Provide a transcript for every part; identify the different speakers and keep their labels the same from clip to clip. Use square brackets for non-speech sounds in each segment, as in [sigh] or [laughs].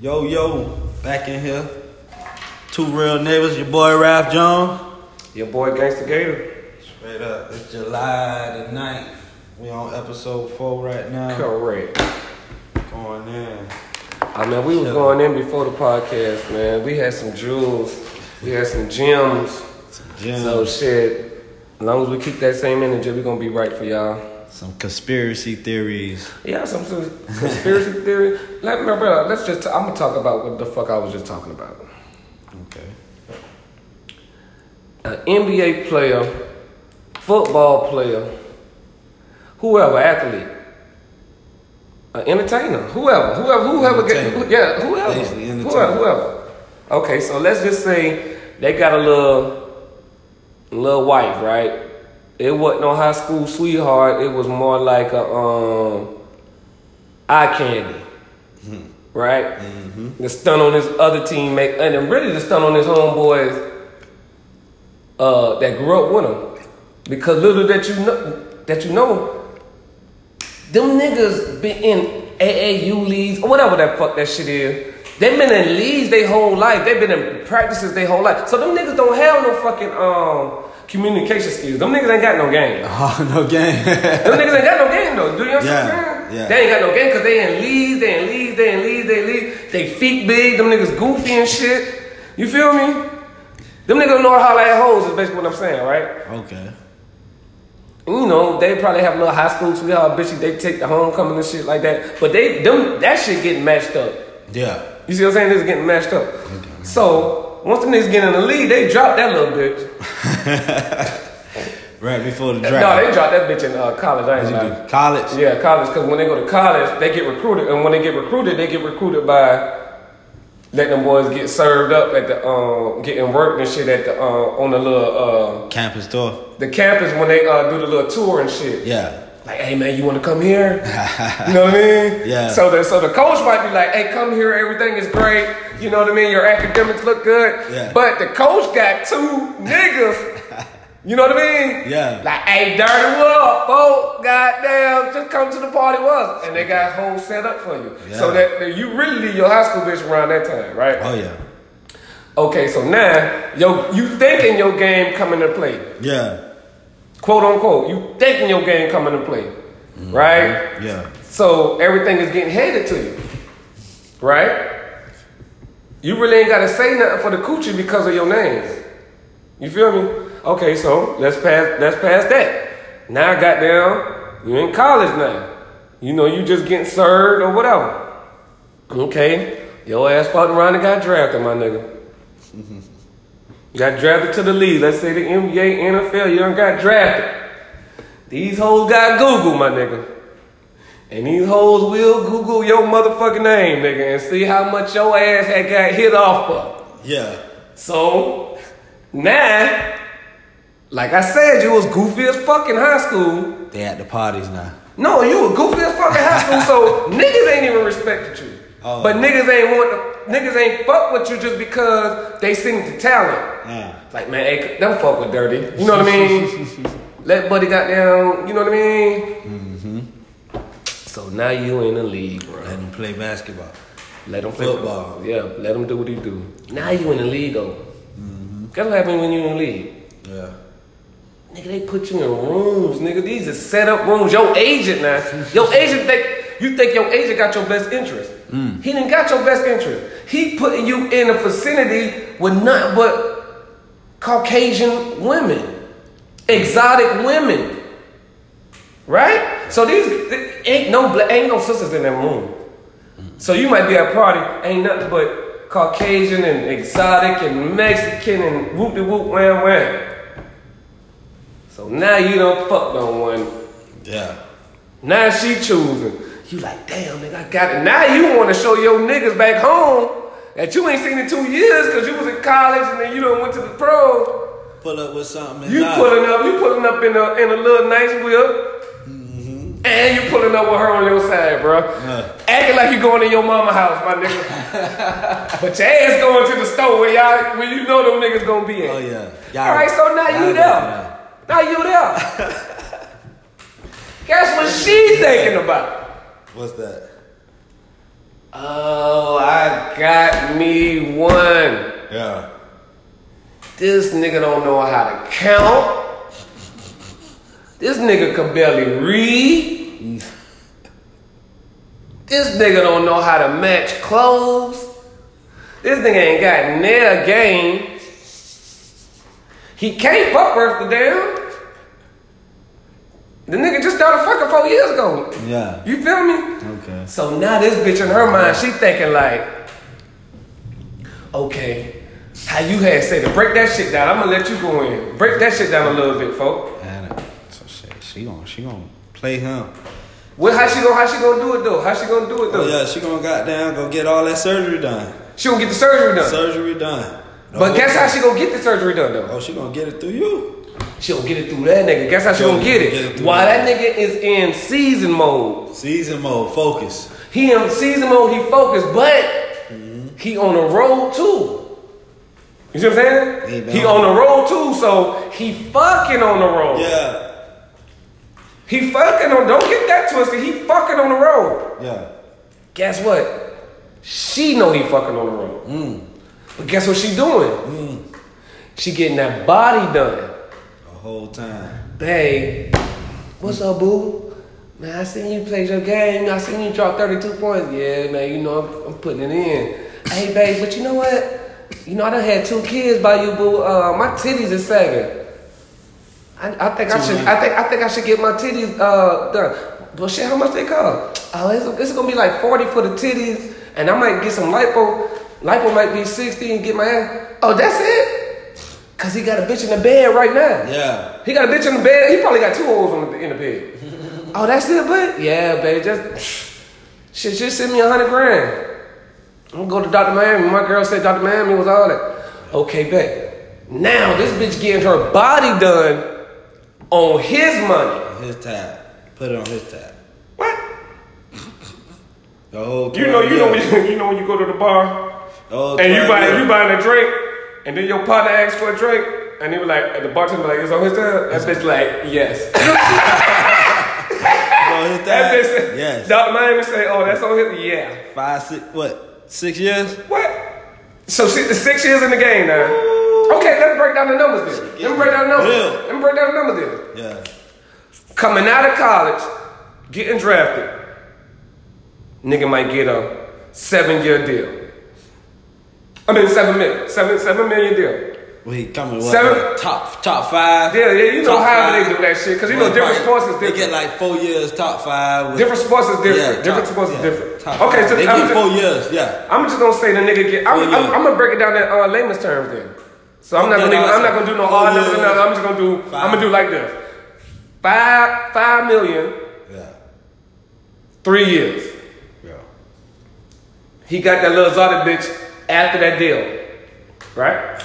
Speaker 1: Yo, yo, back in here. Two real neighbors, your boy Ralph Jones.
Speaker 2: Your boy Gangsta Gator.
Speaker 1: Straight up, it's July the 9th. We on episode four right now.
Speaker 2: Correct.
Speaker 1: Going in.
Speaker 2: I mean, we was
Speaker 1: Sure.
Speaker 2: going in before the podcast, man. We had some jewels. We had some gems.
Speaker 1: Gems.
Speaker 2: So shit. As long as we keep that same energy, we gonna be right for y'all.
Speaker 1: Some conspiracy theories.
Speaker 2: Yeah, some, some conspiracy [laughs] theory. Let me, bro, let's just. i am I'm gonna talk about what the fuck I was just talking about.
Speaker 1: Okay.
Speaker 2: an NBA player, football player, whoever, athlete, an entertainer, whoever, whoever, whoever,
Speaker 1: Entertainer.
Speaker 2: get, yeah, whoever,
Speaker 1: Basically, entertainer.
Speaker 2: whoever, whoever. Okay, so let's just say they got a little, little wife, right? It wasn't no high school sweetheart. It was more like a um, eye candy,
Speaker 1: Hmm.
Speaker 2: right?
Speaker 1: Mm-hmm.
Speaker 2: The stunt on his other teammate, and then really the stunt on his homeboys uh, that grew up with him. Because little that you know, that you know, them niggas been in AAU leagues or whatever that fuck that shit is. They've been in leagues their whole life. They've been in practices their whole life. So them niggas don't have no fucking um, communication skills. Them niggas ain't got no game.
Speaker 1: [laughs] Oh, no game.
Speaker 2: Them niggas ain't got no game though. Do you know what I'm
Speaker 1: Yeah,
Speaker 2: saying?
Speaker 1: yeah.
Speaker 2: They ain't got no game because they in leagues, they in leagues, they in leagues, they in leagues. They feet big, them niggas goofy and shit. You feel me? Them niggas don't know how to holler at hoes is basically what I'm saying, right?
Speaker 1: [laughs] okay.
Speaker 2: you know, they probably have little high school sweetheart bitches. They take the homecoming and shit like that. But they them that shit getting matched up.
Speaker 1: Yeah.
Speaker 2: You see what I'm saying? This is getting matched up. So once the niggas get in the league, they drop that little bitch.
Speaker 1: Right before the
Speaker 2: No,
Speaker 1: draft.
Speaker 2: they drop that bitch in uh, college. I ain't
Speaker 1: [laughs]
Speaker 2: lying.
Speaker 1: College.
Speaker 2: Yeah, college. Because when they go to college, they get recruited, and when they get recruited, they get recruited by letting them boys get served up at the um, getting worked and shit at the uh, on the little
Speaker 1: Campus
Speaker 2: uh,
Speaker 1: door.
Speaker 2: the campus when they uh, do the little tour and shit.
Speaker 1: Yeah.
Speaker 2: like, hey man, you want to come here? you know what I
Speaker 1: [laughs]
Speaker 2: mean?
Speaker 1: Yeah.
Speaker 2: So the so the coach might be like, hey, come here, everything is great. You know what I mean? Your academics look good.
Speaker 1: Yeah.
Speaker 2: But the coach got two niggas. you know what I mean?
Speaker 1: Yeah.
Speaker 2: Like, hey, dirty world, folk, goddamn, just come to the party was, and they got hoes set up for you.
Speaker 1: Yeah.
Speaker 2: So that, that you really leave your high school bitch around that time, right?
Speaker 1: Oh, yeah.
Speaker 2: Okay, so now yo, you thinking your game coming to play
Speaker 1: Yeah.
Speaker 2: quote unquote, you thinking your game coming to play,
Speaker 1: Mm-hmm.
Speaker 2: right?
Speaker 1: Yeah.
Speaker 2: So everything is getting handed to you, right? You really ain't gotta say nothing for the coochie because of your name. You feel me? Okay, so let's pass let's pass that. Now goddamn, you in college now. You know you just getting served or whatever. Okay, your ass fucked around and got drafted, my nigga. Got drafted to the league. Let's say the NBA, NFL, you done got drafted. These hoes got Google, my nigga. And these hoes will Google your motherfucking name, nigga, and see how much your ass had got hit off of.
Speaker 1: Yeah.
Speaker 2: So, now, like I said, you was goofy as fuck in high school.
Speaker 1: They at the parties now.
Speaker 2: No, you were goofy as fuck in high school, so niggas ain't even respected you.
Speaker 1: Oh.
Speaker 2: But niggas ain't want to, niggas ain't fuck with you just because they seen the talent.
Speaker 1: Yeah.
Speaker 2: Like man, hey, don't fuck with dirty. You know what I mean? Let buddy got down. You know what I mean? So now you in the league, bro.
Speaker 1: Let them play basketball.
Speaker 2: Let him
Speaker 1: Football.
Speaker 2: Yeah, let him do what he do. Now you in the league though. That's what happened when you in the league.
Speaker 1: Yeah.
Speaker 2: Nigga, they put you in rooms, nigga. These are set up rooms. Your agent now. Your agent think you think your agent got your best interest. He didn't got your best interest. He putting you in a vicinity with nothing but Caucasian women. Exotic women. Right? So these ain't no bla- ain't no sisters in that room. So you might be at a party, ain't nothing but Caucasian and exotic and Mexican and whoop de whoop wham wham. So now you don't fuck no one.
Speaker 1: Yeah.
Speaker 2: Now she choosing. You like, damn, nigga, I got it. Now you want to show your niggas back home that you ain't seen in two years because you was in college and then you done went to the pro.
Speaker 1: Pull up with something.
Speaker 2: You
Speaker 1: exotic.
Speaker 2: pulling up, you pulling up in a in a little nice wheel. And you pulling up with her on your side, bro.
Speaker 1: Yeah.
Speaker 2: Acting like you going to your mama house, my nigga. but your ass going to the store where y'all, where you know them niggas gonna be at.
Speaker 1: Oh yeah.
Speaker 2: All right, so now you
Speaker 1: know.
Speaker 2: there. Now you [laughs] there. Guess what she thinking about?
Speaker 1: What's that?
Speaker 2: Oh, I got me one.
Speaker 1: Yeah.
Speaker 2: This nigga don't know how to count. This nigga can barely read. This nigga don't know how to match clothes. This nigga ain't got nail game. He can't fuck worth the damn. The nigga just started fucking four years ago.
Speaker 1: Yeah.
Speaker 2: You feel me?
Speaker 1: Okay.
Speaker 2: So now this bitch in her mind, she thinking like, okay, how you had said to break that shit down. I'm gonna let you go in. Break that shit down a little bit, folk.
Speaker 1: And uh, so shit, she gonna she gonna play him.
Speaker 2: Well, how she gonna how she gonna do it though? How she gonna do it
Speaker 1: Oh
Speaker 2: though?
Speaker 1: yeah, she gonna goddamn go get all that surgery done.
Speaker 2: She gonna get the surgery done.
Speaker 1: Surgery done.
Speaker 2: but
Speaker 1: No,
Speaker 2: guess how she gonna get the surgery done though?
Speaker 1: Oh, she gonna get it through you.
Speaker 2: She gonna get it through that nigga. Guess how she
Speaker 1: Yo,
Speaker 2: gonna get
Speaker 1: get it
Speaker 2: it?
Speaker 1: through
Speaker 2: While
Speaker 1: that.
Speaker 2: that nigga is in season mode,
Speaker 1: Season mode, focus.
Speaker 2: he in season mode. He focused, but he on the road too. You see what I'm
Speaker 1: He
Speaker 2: saying?
Speaker 1: been
Speaker 2: He
Speaker 1: on-
Speaker 2: on the road too, so he fucking on the road.
Speaker 1: Yeah.
Speaker 2: He fucking on. Don't get that twisted. He fucking on the road.
Speaker 1: Yeah.
Speaker 2: Guess what? She know he fucking on the road. But guess what she doing? She getting that body done.
Speaker 1: The whole time.
Speaker 2: Hey, what's up, boo? Man, I seen you play your game. I seen you drop 32 points. Yeah, man, you know I'm, I'm putting it in. Hey, babe, but you know what? You know I done had two kids by you, boo. Uh, my titties is sagging. I, I think I should. I think I think I should get my titties uh, done. But shit, how much they cost? Oh, it's, it's gonna be like 40 for the titties, and I might get some lipo. Lipo might be 60 and get my ass. Oh, that's it? Cause he got a bitch in the bed right now.
Speaker 1: Yeah.
Speaker 2: He got a bitch in the bed. He probably got two holes on the, in the bed. oh, that's it, but yeah, baby, just shit, just send me a hundred grand. I'm gonna go to Dr. Miami. My girl said Dr. Miami was all that. Okay, bet. Now this bitch getting her body done on his money.
Speaker 1: On his tab. Put it on his tab.
Speaker 2: What?
Speaker 1: The whole
Speaker 2: You know, you know,
Speaker 1: twelve years.
Speaker 2: when you, [laughs] you know when you go to the bar
Speaker 1: The whole
Speaker 2: and you
Speaker 1: 12
Speaker 2: buy you
Speaker 1: years.
Speaker 2: buying a drink, and then your partner asks for a drink. And he was like, and the bartender was like, it's on his tab. That bitch like, yes.
Speaker 1: It's
Speaker 2: [laughs]
Speaker 1: on his
Speaker 2: That
Speaker 1: tab.
Speaker 2: bitch said,
Speaker 1: Yes.
Speaker 2: Dr. Miami say, oh, that's on his, yeah.
Speaker 1: Five, six, what? Six years?
Speaker 2: What? So she, six years in the game now. Okay, let's break down the numbers then. Let me break down the numbers.
Speaker 1: Yeah.
Speaker 2: Let me break down the numbers then.
Speaker 1: Yeah.
Speaker 2: Coming out of college, getting drafted, nigga might get a seven-year deal. I mean, seven million, seven seven million deal.
Speaker 1: We coming what?
Speaker 2: Seven-
Speaker 1: Top top five.
Speaker 2: Yeah, yeah, you know
Speaker 1: Top
Speaker 2: how
Speaker 1: five.
Speaker 2: they do that shit, 'cause you know different sports is
Speaker 1: They get
Speaker 2: different.
Speaker 1: like four years top five. With,
Speaker 2: Different sports is different.
Speaker 1: top-
Speaker 2: different sports
Speaker 1: yeah,
Speaker 2: is different.
Speaker 1: top
Speaker 2: okay,
Speaker 1: five.
Speaker 2: so
Speaker 1: they
Speaker 2: I'm
Speaker 1: get
Speaker 2: just,
Speaker 1: four years. Yeah.
Speaker 2: I'm just gonna say the nigga get. I'm,
Speaker 1: Four
Speaker 2: I'm,
Speaker 1: years.
Speaker 2: I'm gonna break it down in uh, layman's terms then. So I'm not
Speaker 1: Okay,
Speaker 2: gonna.
Speaker 1: now
Speaker 2: I'm
Speaker 1: it's
Speaker 2: not gonna do no
Speaker 1: four
Speaker 2: hard numbers.
Speaker 1: years.
Speaker 2: no, I'm just gonna do. i I'm gonna do like this. Five five million
Speaker 1: Yeah.
Speaker 2: three years.
Speaker 1: Yeah.
Speaker 2: He got that little Zotty bitch after that deal, right?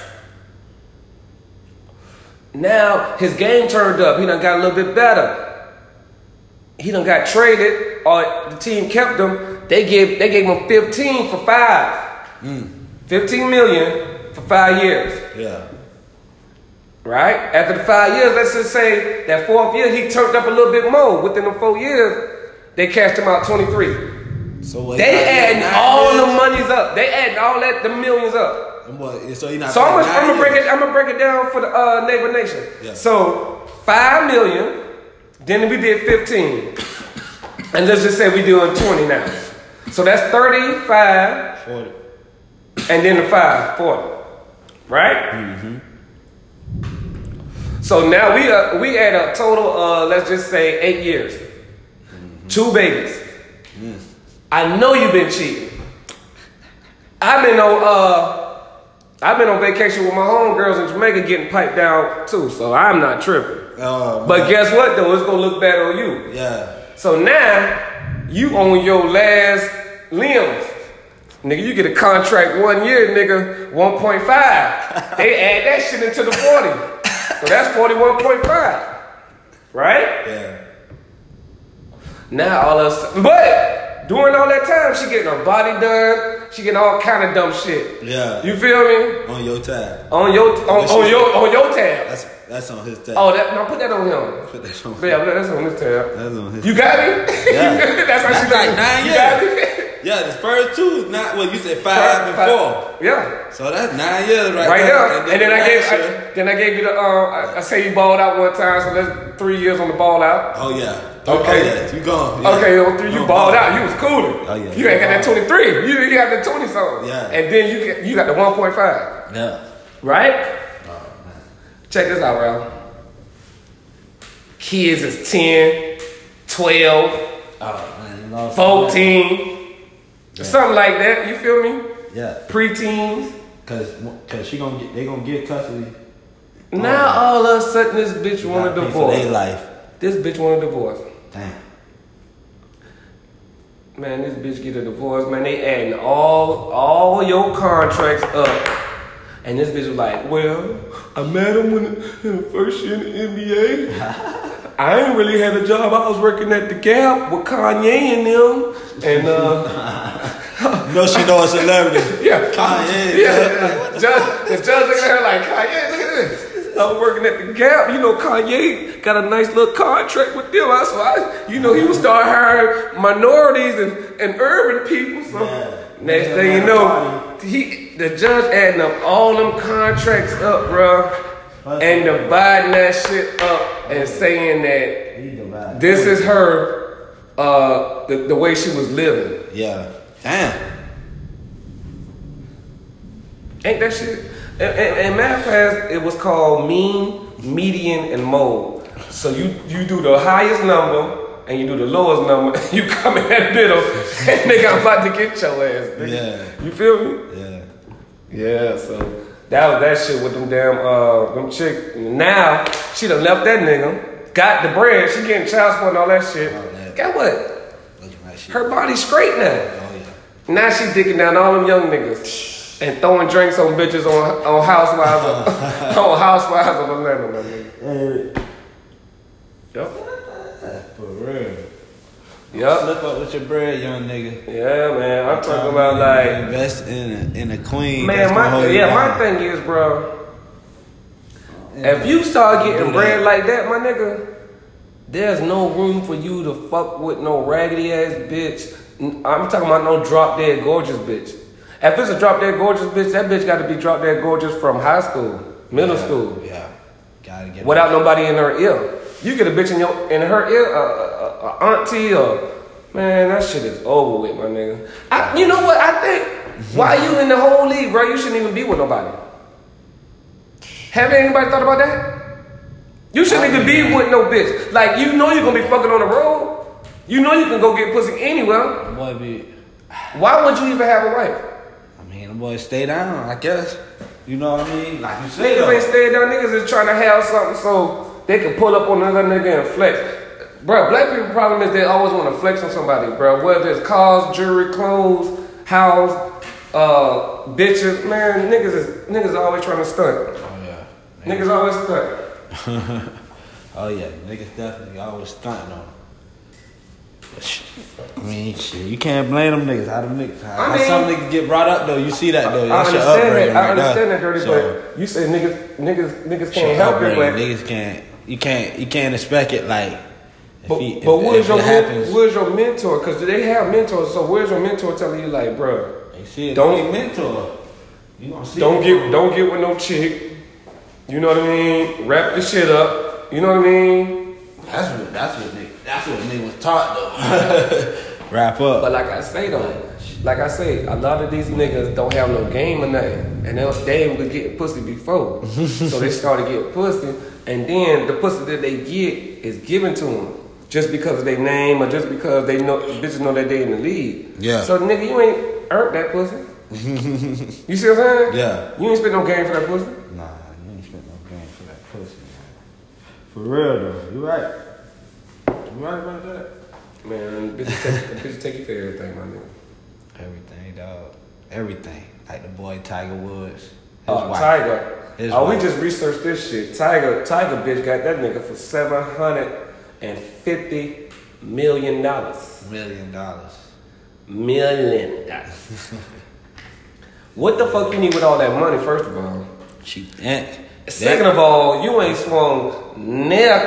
Speaker 2: Now his game turned up. He done got a little bit better. He done got traded, or the team kept him. They gave they gave him fifteen for five. Fifteen million for five years.
Speaker 1: Yeah.
Speaker 2: Right? After the five years, let's just say that fourth year he turned up a little bit more. Within the four years, they cashed him out 23.
Speaker 1: So what,
Speaker 2: They adding
Speaker 1: nine
Speaker 2: all the
Speaker 1: years?
Speaker 2: monies up. They adding all that the millions up.
Speaker 1: And what, so you not.
Speaker 2: So I'm
Speaker 1: paying
Speaker 2: gonna,
Speaker 1: nine
Speaker 2: I'm gonna break
Speaker 1: years?
Speaker 2: it. I'm gonna break it down for the uh, neighbor nation.
Speaker 1: Yeah.
Speaker 2: So five million. Then we did 15, and let's just say we doing 20 now. So that's 35
Speaker 1: Forty.
Speaker 2: and then the five, four. Right? So now we uh, we at a total uh let's just say eight years. Two babies. I know you've been cheating. I've been on uh I've been on vacation with my homegirls in Jamaica getting piped down too, so I'm not tripping.
Speaker 1: Oh, man.
Speaker 2: But guess what though? It's gonna look bad on you.
Speaker 1: yeah.
Speaker 2: So now you on your last limbs. Nigga, you get a contract one year, nigga, 1.5. They add that shit into the 40. So that's 41.5. Right?
Speaker 1: Yeah.
Speaker 2: Now all of a sudden, but during all that time, she getting her body done. She getting all kind of dumb shit.
Speaker 1: Yeah.
Speaker 2: You feel me?
Speaker 1: on your tab.
Speaker 2: On your on, on your on your tab.
Speaker 1: That's that's on his tab.
Speaker 2: Oh, that no, put that on him.
Speaker 1: Put that on.
Speaker 2: Yeah, that's on this tab.
Speaker 1: That's on his.
Speaker 2: You got me?
Speaker 1: Yeah.
Speaker 2: [laughs] That's how
Speaker 1: [laughs] That's like
Speaker 2: she got me.
Speaker 1: nine
Speaker 2: You got me?
Speaker 1: years. Yeah, the first two is not well. You said five and four,
Speaker 2: Yeah.
Speaker 1: so that's nine years right,
Speaker 2: Right
Speaker 1: there.
Speaker 2: now, and then I gave,
Speaker 1: last year-
Speaker 2: I, then I gave you the, um, I, I say you balled out one time, so that's three years on the ball out.
Speaker 1: oh yeah.
Speaker 2: Okay.
Speaker 1: Oh, yeah. You gone? Yeah.
Speaker 2: Okay, on three, you balled out. You was cooling.
Speaker 1: Oh, yeah.
Speaker 2: You ain't got that twenty three. You, you got that twenty something.
Speaker 1: Yeah.
Speaker 2: And then you get, you got the one point five.
Speaker 1: Yeah.
Speaker 2: Right?
Speaker 1: Oh,
Speaker 2: Check this out, bro. Kids is 10, 12,
Speaker 1: Oh man, you lost
Speaker 2: 14, something like that. You feel me?
Speaker 1: Yeah,
Speaker 2: Preteens.
Speaker 1: cause cause she gonna get they gonna get custody. Oh,
Speaker 2: Now all of a sudden this bitch want a
Speaker 1: Gotta pay for They
Speaker 2: divorce.
Speaker 1: life.
Speaker 2: This bitch want a divorce.
Speaker 1: Damn.
Speaker 2: Man, this bitch get a divorce. Man, they adding all all your contracts up. And this bitch was like, well, I met him when in the first year in the NBA. I ain't really had a job. I was working at the Gap with Kanye and them. And uh,
Speaker 1: You know she know a celebrity.
Speaker 2: [laughs] yeah,
Speaker 1: Kanye.
Speaker 2: yeah. Judge, the judge looking at her like, Kanye, look at this. I was working at the Gap. You know, Kanye got a nice little contract with them. I, so I, you know, he would start hiring minorities and, and urban people. So
Speaker 1: Yeah.
Speaker 2: next
Speaker 1: Yeah,
Speaker 2: thing you
Speaker 1: man,
Speaker 2: know, he the judge adding up all them contracts up, bro, and dividing that shit up and saying that
Speaker 1: He divided.
Speaker 2: this is her, uh, the, the way she was living.
Speaker 1: Yeah. Damn.
Speaker 2: Ain't that shit? And, and, and math class, it was called mean, median, and mode. So you you do the highest number and you do the lowest number. [laughs] And you come in that middle, [laughs] and they got about to get your ass. nigga.
Speaker 1: Yeah.
Speaker 2: You feel me?
Speaker 1: Yeah.
Speaker 2: Yeah. So that was that shit with them damn uh them chick. Now she done left that nigga. Got the bread. She getting child support and all that shit.
Speaker 1: Oh, yeah.
Speaker 2: Got what?
Speaker 1: Looking like she.
Speaker 2: Her body's straight now.
Speaker 1: Oh yeah.
Speaker 2: Now she dicking down all them young niggas and throwing drinks on bitches on on housewives of, [laughs] on housewives of Atlanta, my nigga. Yup.
Speaker 1: For real.
Speaker 2: Yup.
Speaker 1: Slip up with your bread, young nigga.
Speaker 2: Yeah, man. I'm talking about
Speaker 1: Man,
Speaker 2: like,
Speaker 1: invest in a, in a queen. that's
Speaker 2: man.
Speaker 1: gonna
Speaker 2: My
Speaker 1: hold you
Speaker 2: yeah, my
Speaker 1: down.
Speaker 2: thing is, bro. If you start getting
Speaker 1: Do that.
Speaker 2: bread like that, my nigga, there's no room for you to fuck with no raggedy ass bitch. N- I'm talking about no drop dead gorgeous bitch. If it's a drop dead gorgeous bitch, that bitch got to be drop dead gorgeous from high school, middle
Speaker 1: Yeah.
Speaker 2: school.
Speaker 1: Yeah. Gotta get.
Speaker 2: without nobody in her ear. You get a bitch in your in her ear, a, a, a, a auntie or man, that shit is over with, my nigga. I, you know what? I think why you in the whole league, bro? You shouldn't even be with nobody. Have anybody thought about that? You shouldn't even be with no bitch. Like you know you're gonna be fucking on the road. You know you can go get pussy anywhere.
Speaker 1: The boy be.
Speaker 2: Why would you even have a wife?
Speaker 1: I mean, the boy stay down. I guess. You know what I mean? Like you say
Speaker 2: Niggas ain't
Speaker 1: though.
Speaker 2: staying down. Niggas is trying to have something so they can pull up on another nigga and flex. Bruh, black people problem is they always want to flex on somebody, bruh. Whether it's cars, jewelry, clothes, house, uh, bitches, man, niggas is niggas always trying to stunt.
Speaker 1: Oh yeah.
Speaker 2: Niggas always stunt.
Speaker 1: Oh yeah, niggas definitely always stunting on. 'em. But sh- I mean, shit, you can't blame them niggas. How them niggas, how,
Speaker 2: I
Speaker 1: how some
Speaker 2: mean-
Speaker 1: niggas get brought up though. You see that though.
Speaker 2: I
Speaker 1: That's your
Speaker 2: understand
Speaker 1: upbringing.
Speaker 2: that. I
Speaker 1: right there.
Speaker 2: understand that, dirty,
Speaker 1: So,
Speaker 2: but you say niggas, niggas, niggas
Speaker 1: it's your
Speaker 2: can't help it,
Speaker 1: upbringing.
Speaker 2: but
Speaker 1: niggas can't. You can't. You can't expect it. Like, if
Speaker 2: But,
Speaker 1: he, if,
Speaker 2: but where's
Speaker 1: if
Speaker 2: your
Speaker 1: it happens,
Speaker 2: where's your mentor? Because they have mentors. So where's your mentor telling you like, bruh,
Speaker 1: they see it.
Speaker 2: don't-
Speaker 1: Don't mentor. You gonna see?
Speaker 2: Don't
Speaker 1: it.
Speaker 2: get don't get with no chick. You know what I mean? Wrap the shit up. You know what I mean?
Speaker 1: That's what. That's what. Nigga, that's what niggas was taught
Speaker 2: [laughs]
Speaker 1: though. Wrap up.
Speaker 2: But like I say though, like I say, a lot of these niggas don't have no game or nothing. And they was, they was getting pussy before. [laughs] so they started getting pussy. And then the pussy that they get is given to them. Just because of their name or just because they know bitches know that they in the league.
Speaker 1: Yeah.
Speaker 2: So nigga, you ain't earned that pussy.
Speaker 1: [laughs]
Speaker 2: you see what I'm saying?
Speaker 1: Yeah.
Speaker 2: You ain't spent no game for that pussy.
Speaker 1: Nah, you ain't spent no game for that pussy, man. For real though, you right. You right about that.
Speaker 2: Man, bitches take, bitches take you for everything, my nigga.
Speaker 1: Everything, dog. Everything. Like the boy Tiger Woods. His
Speaker 2: Oh,
Speaker 1: wife.
Speaker 2: Tiger.
Speaker 1: His
Speaker 2: oh,
Speaker 1: wife.
Speaker 2: we just researched this shit. Tiger, Tiger bitch got that nigga for seven hundred and fifty million dollars.
Speaker 1: Million dollars.
Speaker 2: Million
Speaker 1: [laughs]
Speaker 2: dollars. what the fuck you need with all that money? First of all.
Speaker 1: She and
Speaker 2: Second of all, you ain't swung near a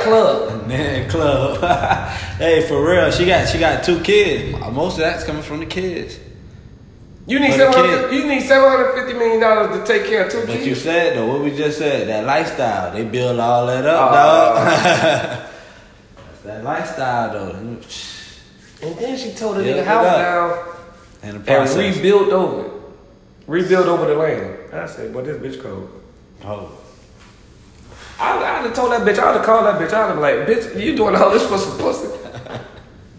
Speaker 1: [laughs]
Speaker 2: club.
Speaker 1: Man, [laughs] club. hey, for real, she got she got two kids. Most of that's coming from the kids.
Speaker 2: You need
Speaker 1: But
Speaker 2: seven
Speaker 1: the
Speaker 2: hundred.
Speaker 1: kid-
Speaker 2: You need seven hundred fifty million dollars to take care of two
Speaker 1: But
Speaker 2: kids.
Speaker 1: you said though, what we just said, that lifestyle, they build all that up,
Speaker 2: Oh.
Speaker 1: dog. [laughs] That's that lifestyle though.
Speaker 2: and then she tore the
Speaker 1: Yeah,
Speaker 2: nigga
Speaker 1: look
Speaker 2: house
Speaker 1: up.
Speaker 2: down
Speaker 1: And the
Speaker 2: and
Speaker 1: process.
Speaker 2: rebuilt over it. Rebuilt over the land. I said, "Boy, this bitch cold."
Speaker 1: oh.
Speaker 2: I, I'd have told that bitch. I'd have called that bitch. I'd have like, bitch, you doing all this for some
Speaker 1: [laughs]
Speaker 2: pussy?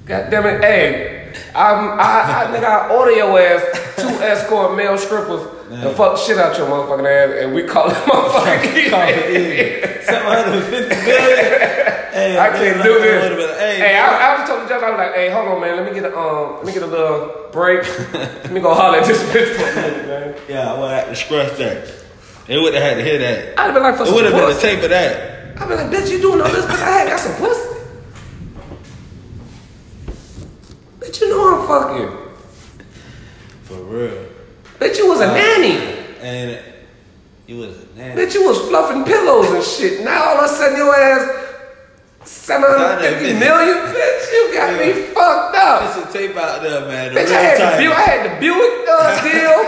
Speaker 2: God damn it, hey, I'm, I, I, nigga, I order your ass
Speaker 1: [laughs]
Speaker 2: two escort male strippers and fuck the shit out your motherfucking ass, and we call it
Speaker 1: [laughs]
Speaker 2: motherfucking. [laughs]
Speaker 1: Call
Speaker 2: evening.
Speaker 1: it in. 750 million. Hey,
Speaker 2: [laughs] I can't
Speaker 1: nigga,
Speaker 2: do
Speaker 1: like,
Speaker 2: this.
Speaker 1: would've been-
Speaker 2: Hey,
Speaker 1: Hey,
Speaker 2: I, I was telling the judge, I was like, hey, hold on, man, let me get a, um, let me get a little
Speaker 1: [laughs]
Speaker 2: break. let me go holler at this bitch for a minute, man.
Speaker 1: yeah, I would have to scratch that. It would have had to hear that.
Speaker 2: I'd have been like, for
Speaker 1: It
Speaker 2: some
Speaker 1: would have been the
Speaker 2: pussy.
Speaker 1: tape of that.
Speaker 2: I'd be like, bitch, you doing all this because I had got some pussy. Bitch, you know I'm fucking.
Speaker 1: For real.
Speaker 2: Bitch, you was
Speaker 1: Uh.
Speaker 2: a nanny.
Speaker 1: And you was a nanny.
Speaker 2: Bitch, you was fluffing pillows and shit. Now all of a sudden your ass 750 million, bitch, you got me fucked up.
Speaker 1: There's some tape out there, man. The
Speaker 2: Bitch, I
Speaker 1: real time.
Speaker 2: had, the Buick, I had the Buick
Speaker 1: [laughs]
Speaker 2: uh, deal.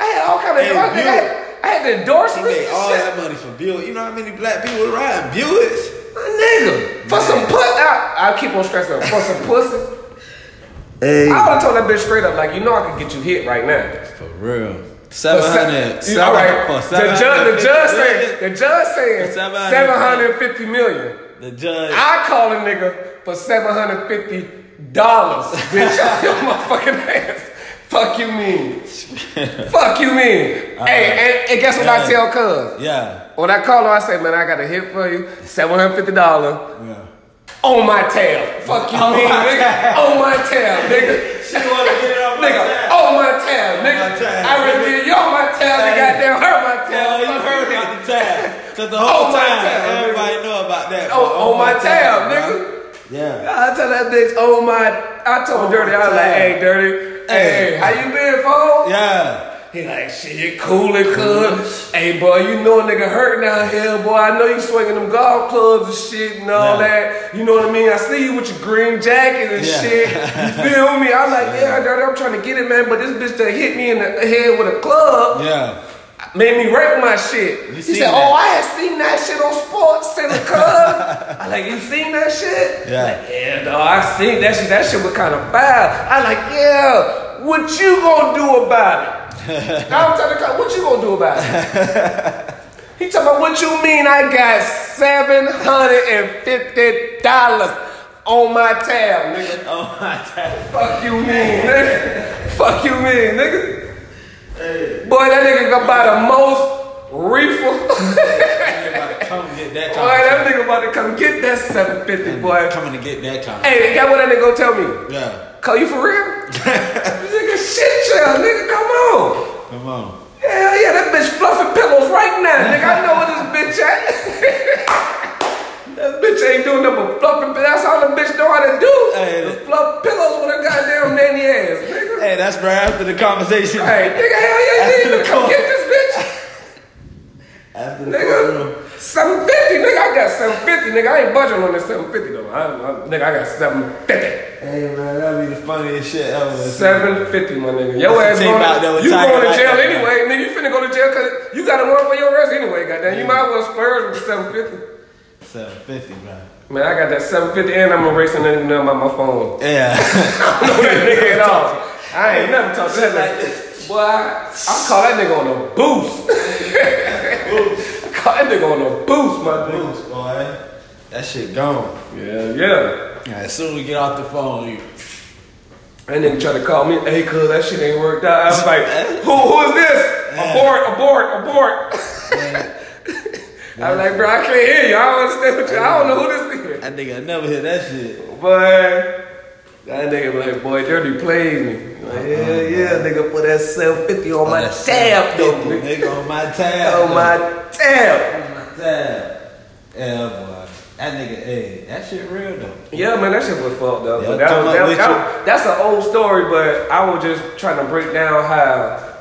Speaker 2: I had all kind of.
Speaker 1: Hey,
Speaker 2: I, think I,
Speaker 1: Buick.
Speaker 2: had, I had the
Speaker 1: He
Speaker 2: endorsements.
Speaker 1: made all
Speaker 2: and shit.
Speaker 1: that money from Buick. You know how many black people ride Buicks?
Speaker 2: My nigga, for some pussy, I, I keep on stressing up. For some pussy,
Speaker 1: Hey.
Speaker 2: I would have told that bitch straight up, like you know, I could get you hit right now.
Speaker 1: For real.
Speaker 2: For
Speaker 1: Seven hundred.
Speaker 2: se- you- all right. The judge, the judge saying, the judge saying,
Speaker 1: For
Speaker 2: seven hundred fifty million.
Speaker 1: The judge.
Speaker 2: I call a nigga for seven hundred fifty dollars, bitch. Off your motherfucking ass. Fuck you mean? Fuck you mean? hey, and, and guess what
Speaker 1: Yeah.
Speaker 2: I tell Cuz?
Speaker 1: [laughs] yeah.
Speaker 2: When I call her, I say, man, I got a hit for you, seven hundred fifty dollars
Speaker 1: Yeah.
Speaker 2: on my tail. Fuck you
Speaker 1: On
Speaker 2: mean,
Speaker 1: my
Speaker 2: nigga?
Speaker 1: tab.
Speaker 2: On my tail, nigga.
Speaker 1: She wanna get it off my
Speaker 2: Nigga,
Speaker 1: tab.
Speaker 2: on my tail,
Speaker 1: my
Speaker 2: nigga.
Speaker 1: tab,
Speaker 2: I really
Speaker 1: nigga.
Speaker 2: did you on my tail,
Speaker 1: Hey.
Speaker 2: you goddamn hurt my tail.
Speaker 1: Well, you
Speaker 2: Fuck
Speaker 1: heard
Speaker 2: you, nigga.
Speaker 1: about the tab. Cause the whole
Speaker 2: On my
Speaker 1: time
Speaker 2: tab, nigga.
Speaker 1: everybody know about that.
Speaker 2: On-
Speaker 1: but
Speaker 2: on my tab,
Speaker 1: tab,
Speaker 2: nigga.
Speaker 1: bro. Yeah.
Speaker 2: I tell that bitch, oh my, I told Dirty, I was like, hey, Dirty, hey,
Speaker 1: Oh, Hey.
Speaker 2: how you been, fool?
Speaker 1: Yeah.
Speaker 2: He like, shit, you coolin', cuz. Hey, boy, you know a nigga hurting out here, boy. I know you swinging them golf clubs and shit and all
Speaker 1: Yeah.
Speaker 2: that. You know what I mean? I see you with your green jacket and
Speaker 1: Yeah.
Speaker 2: shit. You feel me?
Speaker 1: [laughs]
Speaker 2: I'm like, yeah, Dirty, I'm trying to get it, man, but this bitch that hit me in the head with a club [laughs]
Speaker 1: Yeah.
Speaker 2: made me wreck my shit.
Speaker 1: You
Speaker 2: he
Speaker 1: seen
Speaker 2: said,
Speaker 1: that.
Speaker 2: oh, I had seen that shit on Sports Center, cuz. I like, you seen that shit?
Speaker 1: Yeah.
Speaker 2: Like, yeah, no, I seen that shit. That shit was kind of foul. I like, yeah, what you gonna do
Speaker 1: [laughs]
Speaker 2: about it? I'm telling the cop, what you gonna do about it? he talking about what you mean I got seven hundred and fifty dollars on my tab, nigga.
Speaker 1: Oh my tab.
Speaker 2: Fuck you mean, nigga. Fuck you mean, nigga. Boy, that nigga gonna buy the most reefer. [laughs]
Speaker 1: Everybody come get that
Speaker 2: Boy, that
Speaker 1: kind
Speaker 2: nigga about to come get that 750,
Speaker 1: of
Speaker 2: boy.
Speaker 1: coming to get that kind of
Speaker 2: Hey, that what that nigga gonna tell me?
Speaker 1: Yeah.
Speaker 2: Call you for real? nigga, shit, chill, nigga, come on.
Speaker 1: Come on.
Speaker 2: Hell yeah, that bitch fluffing pillows right now, nigga. I know where this bitch at. [laughs] that bitch ain't doing nothing but fluffing pillows. That's all the bitch know how to do.
Speaker 1: Hey.
Speaker 2: Is Fluff pillows with a goddamn nanny ass, nigga.
Speaker 1: Hey, that's right after the conversation.
Speaker 2: Hey, nigga, hell yeah, you need to come get this
Speaker 1: [laughs]
Speaker 2: bitch.
Speaker 1: After the courtroom.
Speaker 2: Nigga, 750, nigga, I got 750, nigga. I ain't budging on this 750 though. I, I, nigga, I got 750.
Speaker 1: Hey man, that'd be the funniest shit ever.
Speaker 2: 750, my nigga. Your
Speaker 1: That's the
Speaker 2: ass
Speaker 1: thing
Speaker 2: going
Speaker 1: about that
Speaker 2: to,
Speaker 1: with
Speaker 2: you
Speaker 1: Tiger
Speaker 2: going to
Speaker 1: like
Speaker 2: jail
Speaker 1: that, man.
Speaker 2: anyway, nigga. You finna go to jail because you got to run for your rest anyway, goddamn. You might as well splurge with the 750.
Speaker 1: 750, man.
Speaker 2: Man, I got that 750 and I'm erasing that nigga number on my phone. [laughs]
Speaker 1: [laughs] Yeah.
Speaker 2: I don't know that nigga at all. I ain't never talked to that nigga. Boy, I, I call that nigga on a
Speaker 1: [laughs]
Speaker 2: boost. [laughs] I call that nigga on a boost, my nigga.
Speaker 1: Boots, boy. That shit gone.
Speaker 2: Yeah, yeah.
Speaker 1: Yeah, as soon as we get off the phone, you
Speaker 2: That nigga tried to call me, hey cuz that shit ain't worked out. I
Speaker 1: [laughs]
Speaker 2: was like, who who is this? Abort, abort, abort. [laughs] I was like, bro, I can't hear you. I don't understand what you I don't know who this is.
Speaker 1: I think I never hear that shit.
Speaker 2: But that nigga was like, boy, dirty played me. Like, yeah, yeah, nigga put that 750 on my
Speaker 1: Uh-huh. That
Speaker 2: tab though.
Speaker 1: 750,
Speaker 2: nigga.
Speaker 1: Nigga on my tab.
Speaker 2: On
Speaker 1: though.
Speaker 2: my tab.
Speaker 1: On my tab. Yeah, boy. That nigga, hey, that shit real though.
Speaker 2: Yeah, man, that shit was fucked up.
Speaker 1: Yeah,
Speaker 2: but that,
Speaker 1: come
Speaker 2: was-
Speaker 1: up
Speaker 2: that,
Speaker 1: with
Speaker 2: that- that's an old story, but I was just trying to break down how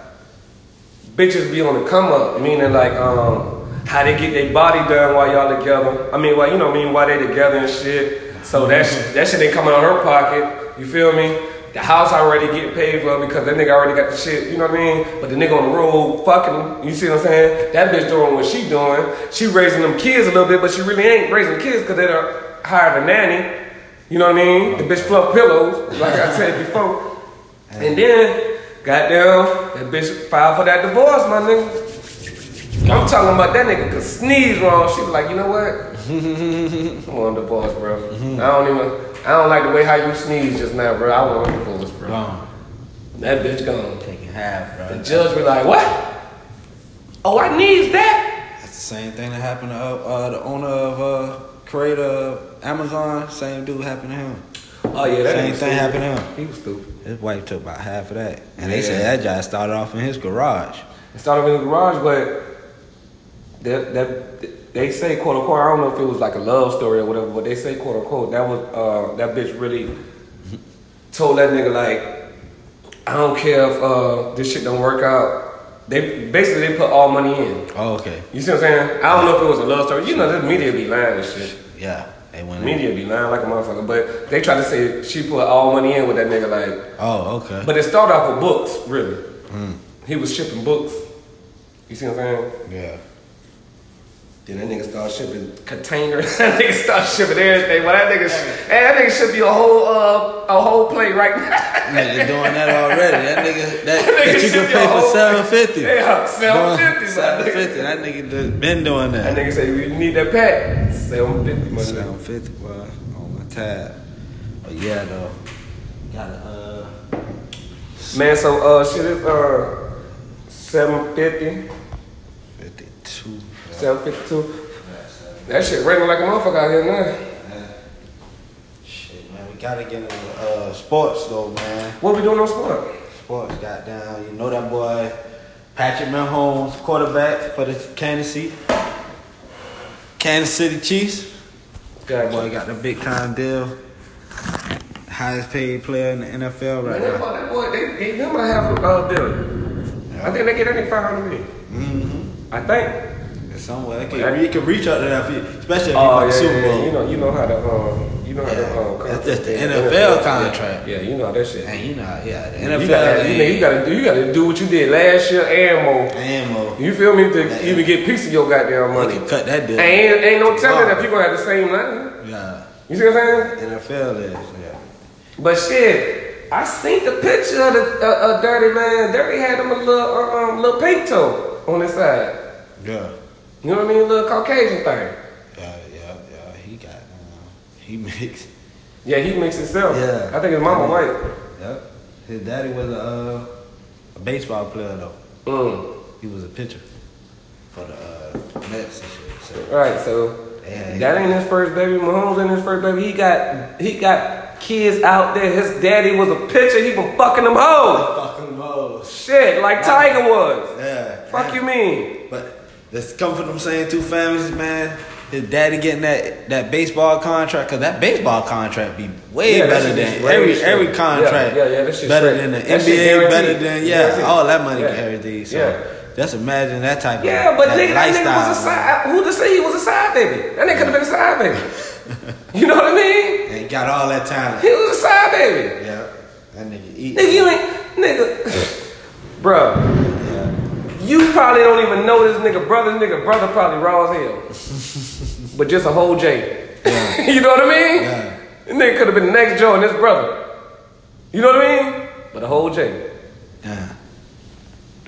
Speaker 2: bitches be on the come up, meaning like um how they get their body done while y'all together. I mean, while you know, what I mean while they together and shit. So that sh- that shit ain't coming out her pocket. You feel me? The house already getting paid for because that nigga already got the shit, you know what I mean? But the nigga on the road fucking, you see what I'm saying? That bitch doing what she doing. She raising them kids a little bit, but she really ain't raising kids because they done hired a nanny. You know what I mean? The bitch fluff pillows, like I said before. And then, goddamn, that bitch filed for that divorce, my nigga. I'm talking about that nigga could sneeze wrong. She was like, you
Speaker 1: [laughs]
Speaker 2: know what? I want a divorce, bro. I don't even. I don't like the way how you sneeze just now, bro. I want a divorce, bro.
Speaker 1: Gone.
Speaker 2: That bitch gone.
Speaker 1: Taking half, bro.
Speaker 2: The judge be like, what? Oh, I needs that.
Speaker 1: That's the same thing that happened to uh, uh, the owner of uh, creator of Amazon. Same dude happened to him.
Speaker 2: Oh yeah, that
Speaker 1: Same
Speaker 2: nigga
Speaker 1: thing
Speaker 2: stupid.
Speaker 1: happened to him.
Speaker 2: He was stupid.
Speaker 1: His wife took about half of that, and they
Speaker 2: Yeah.
Speaker 1: said that job started off in his garage.
Speaker 2: It started in the garage, but that that they say quote unquote. I don't know if it was like a love story or whatever, but they say quote unquote that was uh, that bitch really told that nigga like, I don't care if uh, this shit don't work out. They basically they put all money in.
Speaker 1: Oh, okay.
Speaker 2: You see what I'm saying? I don't know if it was a love story. You know, this media be lying and shit.
Speaker 1: Yeah, they went. in.
Speaker 2: Media be lying like a motherfucker. But they try to say she put all money in with that nigga like.
Speaker 1: Oh, okay.
Speaker 2: But it started off with books, really. He was shipping books. You see what I'm saying?
Speaker 1: yeah.
Speaker 2: Then that nigga started shipping containers. [laughs] that nigga started shipping everything. Well, that nigga, sh- hey, that nigga shipped you a whole, uh, a whole plate right now. [laughs]
Speaker 1: Nigga doing that already. That nigga that, that you can
Speaker 2: shipped
Speaker 1: pay
Speaker 2: your
Speaker 1: for
Speaker 2: whole-
Speaker 1: seven fifty.
Speaker 2: Yeah, 750, my
Speaker 1: Seven
Speaker 2: nigga.
Speaker 1: fifty. That nigga just been doing
Speaker 2: That
Speaker 1: that.
Speaker 2: nigga said, "You need that pack." Say, I'm fifty money.
Speaker 1: Seven fifty, bro, on my tab. But yeah, though. Gotta uh.
Speaker 2: Man, so uh, shit is uh, seven fifty,
Speaker 1: 52.
Speaker 2: seven fifty-two. That shit raining like a motherfucker out here now.
Speaker 1: Shit, man, we gotta get into uh, sports though, man.
Speaker 2: What we doing on sport?
Speaker 1: Sports, goddamn. You know that boy, Patrick Mahomes, quarterback for the Kansas City, Kansas City Chiefs. That boy
Speaker 2: Gotcha.
Speaker 1: got the big time deal. Highest paid player in the NFL
Speaker 2: Man,
Speaker 1: right now.
Speaker 2: that boy, that boy, they gave him a half a uh, billion. I think they get any five hundred million.
Speaker 1: Mm-hmm.
Speaker 2: I think.
Speaker 1: It's somewhere. It can, it can reach out to that, for you, especially if you
Speaker 2: Oh
Speaker 1: win
Speaker 2: yeah,
Speaker 1: the Super
Speaker 2: yeah,
Speaker 1: Bowl.
Speaker 2: yeah, you know, you know how to, um, you know how
Speaker 1: Yeah.
Speaker 2: to. Um,
Speaker 1: That's just the
Speaker 2: yeah,
Speaker 1: NFL
Speaker 2: yeah.
Speaker 1: contract.
Speaker 2: Yeah, you know how that shit.
Speaker 1: And you know, yeah, the
Speaker 2: you,
Speaker 1: NFL
Speaker 2: gotta, you, know, you
Speaker 1: ain't
Speaker 2: gotta do, you gotta do what you did last year and more.
Speaker 1: ammo.
Speaker 2: You feel me? To
Speaker 1: Yeah.
Speaker 2: even get piece of your goddamn
Speaker 1: They
Speaker 2: money.
Speaker 1: can cut that deal.
Speaker 2: And ain't, ain't no telling if you gonna have the same line.
Speaker 1: Yeah,
Speaker 2: You see what I'm saying?
Speaker 1: NFL is. Yeah.
Speaker 2: But shit, I seen the picture of the uh, uh, dirty man. Dirty had him a little, uh, um, little pink toe on his side.
Speaker 1: Yeah.
Speaker 2: You know what I mean? Little Caucasian thing.
Speaker 1: Yeah, yeah, yeah. He got uh, he [laughs] mixed.
Speaker 2: Yeah, he makes himself.
Speaker 1: Yeah. Mm-hmm.
Speaker 2: I think his mama white.
Speaker 1: Yep. His daddy was a uh, a baseball player though.
Speaker 2: Mm.
Speaker 1: He was a pitcher for the uh, Mets and shit. So
Speaker 2: All right, so
Speaker 1: Yeah, he-
Speaker 2: that ain't his first baby. Mahomes ain't his first baby. He got he got kids out there. His daddy was a pitcher. He been fucking them hoes.
Speaker 1: fucking balls.
Speaker 2: Shit, like Tiger was.
Speaker 1: Yeah.
Speaker 2: Fuck you mean?
Speaker 1: But this come from them same two families, man. His daddy getting that, that baseball contract, cause that baseball contract be way
Speaker 2: Yeah, that
Speaker 1: better
Speaker 2: shit
Speaker 1: than
Speaker 2: is way
Speaker 1: every
Speaker 2: straight.
Speaker 1: every
Speaker 2: Yeah,
Speaker 1: contract.
Speaker 2: yeah, yeah, that shit
Speaker 1: better
Speaker 2: straight.
Speaker 1: than the
Speaker 2: That shit
Speaker 1: NBA, better
Speaker 2: guaranteed.
Speaker 1: than yeah,
Speaker 2: Guaranteed.
Speaker 1: all that money
Speaker 2: Yeah.
Speaker 1: guaranteed. So
Speaker 2: Yeah.
Speaker 1: just imagine that type
Speaker 2: Yeah,
Speaker 1: of
Speaker 2: but
Speaker 1: that
Speaker 2: nigga, that nigga was a
Speaker 1: lifestyle, man.
Speaker 2: side. Who to say he was a side baby? That nigga could have been a side
Speaker 1: [laughs]
Speaker 2: baby. you know what I mean?
Speaker 1: And got all that talent.
Speaker 2: He was a side baby.
Speaker 1: yeah. That nigga eat.
Speaker 2: Nigga, you ain't nigga, bro. You probably don't even know this nigga brother. This nigga brother probably raw as
Speaker 1: [laughs]
Speaker 2: hell, but just a whole J.
Speaker 1: Yeah.
Speaker 2: [laughs] you know what I mean?
Speaker 1: Yeah.
Speaker 2: This nigga could have been the next Joe and his brother. You know what I mean? But a whole J.
Speaker 1: Yeah.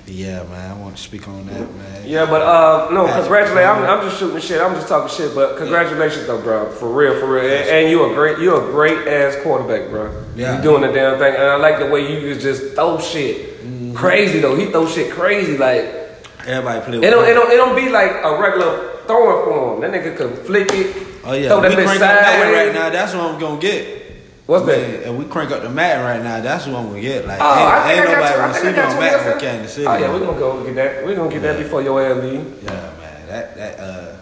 Speaker 1: yeah, man. I want to speak on that, man.
Speaker 2: Yeah, but uh, no, congratulations. I'm, I'm just shooting shit. I'm just talking shit. But congratulations though, bro. For real, for real. And, and you a great, you a great ass quarterback, bro.
Speaker 1: Yeah.
Speaker 2: You doing the damn thing, and I like the way you just throw shit
Speaker 1: Mm-hmm.
Speaker 2: crazy though. He throw shit crazy like.
Speaker 1: Everybody play. With
Speaker 2: It don't,
Speaker 1: him.
Speaker 2: it don't, it don't be like a regular throwing form. That nigga could flick it.
Speaker 1: oh yeah,
Speaker 2: Throw
Speaker 1: we
Speaker 2: that
Speaker 1: crank
Speaker 2: bitch
Speaker 1: up that
Speaker 2: sideways.
Speaker 1: right now. That's what I'm gonna get.
Speaker 2: What's that?
Speaker 1: Man, if we crank up the mat right now, that's what we get. Like,
Speaker 2: Oh, I
Speaker 1: ain't,
Speaker 2: think
Speaker 1: ain't
Speaker 2: I
Speaker 1: nobody
Speaker 2: got you. I
Speaker 1: gonna see
Speaker 2: think I got
Speaker 1: no
Speaker 2: you.
Speaker 1: mat
Speaker 2: Yes,
Speaker 1: from
Speaker 2: sir.
Speaker 1: Kansas City.
Speaker 2: Oh yeah, we gonna go get that. We gonna get that before your ass leave.
Speaker 1: Yeah, man, that that uh,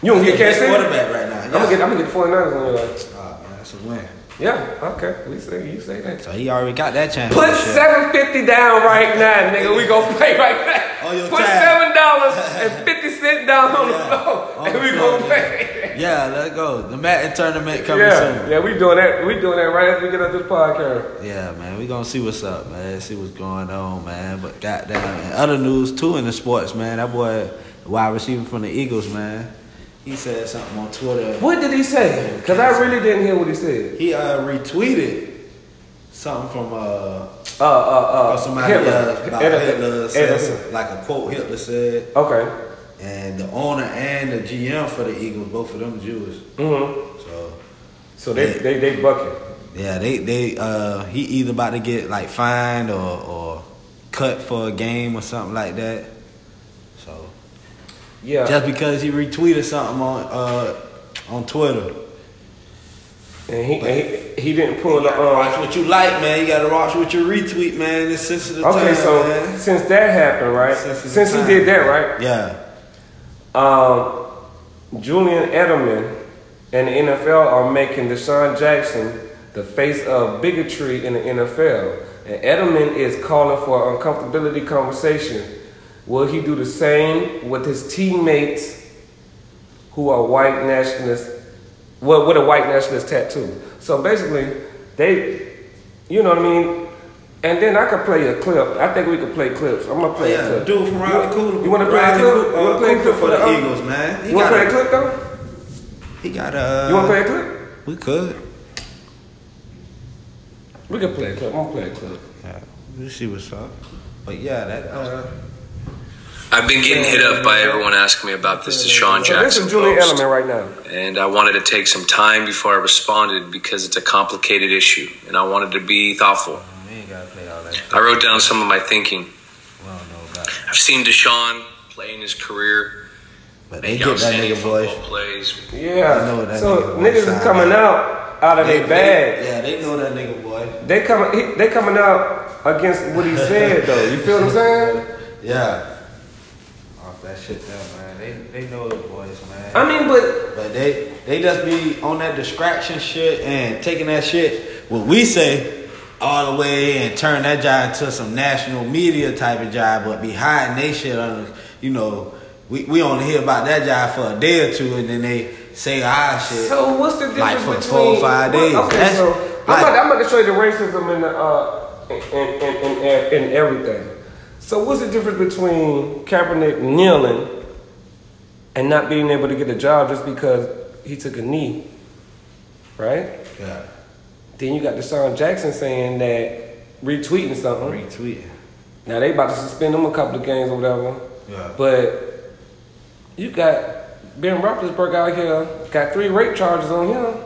Speaker 2: You
Speaker 1: that's
Speaker 2: gonna get
Speaker 1: the
Speaker 2: Kansas
Speaker 1: best
Speaker 2: City?
Speaker 1: quarterback right now. Yeah.
Speaker 2: I'm gonna get. I'm gonna get 49ers on your ass.
Speaker 1: Oh, man, that's a win.
Speaker 2: Yeah. Okay. We say you say that.
Speaker 1: So he already got that chance.
Speaker 2: Put 750 down right now, nigga. We gonna play right now.
Speaker 1: Oh all your
Speaker 2: Put
Speaker 1: time.
Speaker 2: seven dollars
Speaker 1: [laughs]
Speaker 2: and fifty cent down on
Speaker 1: Yeah.
Speaker 2: the floor,
Speaker 1: On
Speaker 2: and
Speaker 1: the
Speaker 2: we
Speaker 1: floor.
Speaker 2: gonna pay.
Speaker 1: Yeah, let go. The Madden tournament coming
Speaker 2: Yeah,
Speaker 1: soon.
Speaker 2: yeah, we doing that. We doing that right after we get out this podcast.
Speaker 1: Yeah, man, we gonna see what's up, man. See what's going on, man. But goddamn, and other news too in the sports, man. That boy, wide receiver from the Eagles, man. He said something on Twitter.
Speaker 2: What did he say? Because I really didn't hear what he said.
Speaker 1: He uh, retweeted something from uh,
Speaker 2: Uh, uh, uh.
Speaker 1: from somebody
Speaker 2: Hitler.
Speaker 1: else about
Speaker 2: Hitler.
Speaker 1: Hitler
Speaker 2: Hitler.
Speaker 1: said some- like a quote Hitler said,
Speaker 2: Okay.
Speaker 1: and the owner and the GM for the Eagles, both of them Jewish.
Speaker 2: hmm
Speaker 1: So
Speaker 2: So they they they bucking.
Speaker 1: Yeah, they they uh he either about to get like fined or or cut for a game or something like that. So
Speaker 2: Yeah.
Speaker 1: just because he retweeted something on uh on Twitter,
Speaker 2: and he, and he he didn't pull the um.
Speaker 1: watch what you like, man. You gotta watch what you retweet, man. It's sensitive
Speaker 2: Okay,
Speaker 1: time,
Speaker 2: so
Speaker 1: man.
Speaker 2: since that happened, right?
Speaker 1: Sensitive
Speaker 2: Since he
Speaker 1: time.
Speaker 2: did that, right?
Speaker 1: Yeah,
Speaker 2: Um, Julian Edelman and the NFL are making Deshaun Jackson the face of bigotry in the NFL. And Edelman is calling for uncomfortability conversation. Will he do the same with his teammates who are white nationalists? Well, with a white nationalist tattoo. So basically, they, you know what I mean. And then I could play a clip. I think we could play clips. I'm gonna play a
Speaker 1: yeah.
Speaker 2: clip.
Speaker 1: Dude from Riley
Speaker 2: You-
Speaker 1: Cooper.
Speaker 2: You want to play a
Speaker 1: Riley
Speaker 2: clip?
Speaker 1: Cooper,
Speaker 2: you want
Speaker 1: uh,
Speaker 2: to play a
Speaker 1: Cooper
Speaker 2: clip
Speaker 1: for the
Speaker 2: um,
Speaker 1: Eagles, man? He
Speaker 2: you want to
Speaker 1: got
Speaker 2: play
Speaker 1: a- Uh-huh.
Speaker 2: a clip though?
Speaker 1: He got a.
Speaker 2: You want to play a clip?
Speaker 1: We could.
Speaker 2: We can play a clip. I'm gonna play a clip.
Speaker 1: Yeah, we see what's up. But yeah, that. Uh,
Speaker 3: I've been getting hit up by everyone asking me about this Deshaun
Speaker 2: So this
Speaker 3: Jackson
Speaker 2: is Julian
Speaker 3: post,
Speaker 2: Edelman right now.
Speaker 3: and I wanted to take some time before I responded because it's a complicated issue, and I wanted to be thoughtful.
Speaker 1: we ain't gotta play all that.
Speaker 3: I wrote down some of my thinking.
Speaker 1: We don't know about. it.
Speaker 3: I've seen Deshaun play in his career,
Speaker 1: But they
Speaker 3: make
Speaker 1: get that
Speaker 3: outstanding
Speaker 1: nigga voice.
Speaker 3: football plays.
Speaker 2: Yeah.
Speaker 1: I know what that
Speaker 2: so
Speaker 1: nigga
Speaker 2: niggas
Speaker 1: was
Speaker 2: is coming
Speaker 1: saying.
Speaker 2: out out of their bag.
Speaker 1: yeah, they know that nigga boy.
Speaker 2: They coming. He, they coming out against what he said though. You feel what
Speaker 1: [laughs]
Speaker 2: I'm saying?
Speaker 1: Yeah. Off that shit though, man. They they know the boys, man.
Speaker 2: I mean, but
Speaker 1: but they they just be on that distraction shit and taking that shit what we say all the way and turn that job into some national media type of job, but be hiding they shit under you know, we, we only hear about that job for a day or two and then they say our shit.
Speaker 2: so what's the difference
Speaker 1: Like for
Speaker 2: between
Speaker 1: four or five
Speaker 2: what-
Speaker 1: days.
Speaker 2: Okay,
Speaker 1: That's-
Speaker 2: so I'm,
Speaker 1: like-
Speaker 2: about, I'm about to show you the racism and the uh and and and, and, and everything. So what's the difference between Kaepernick kneeling and not being able to get a job just because he took a knee, right?
Speaker 1: yeah.
Speaker 2: Then you got Deshaun Jackson saying that retweeting something.
Speaker 1: Retweet.
Speaker 2: Now they about to suspend him a couple of games or whatever.
Speaker 1: Yeah.
Speaker 2: But you got Ben Roethlisberger out here got three rape charges on him.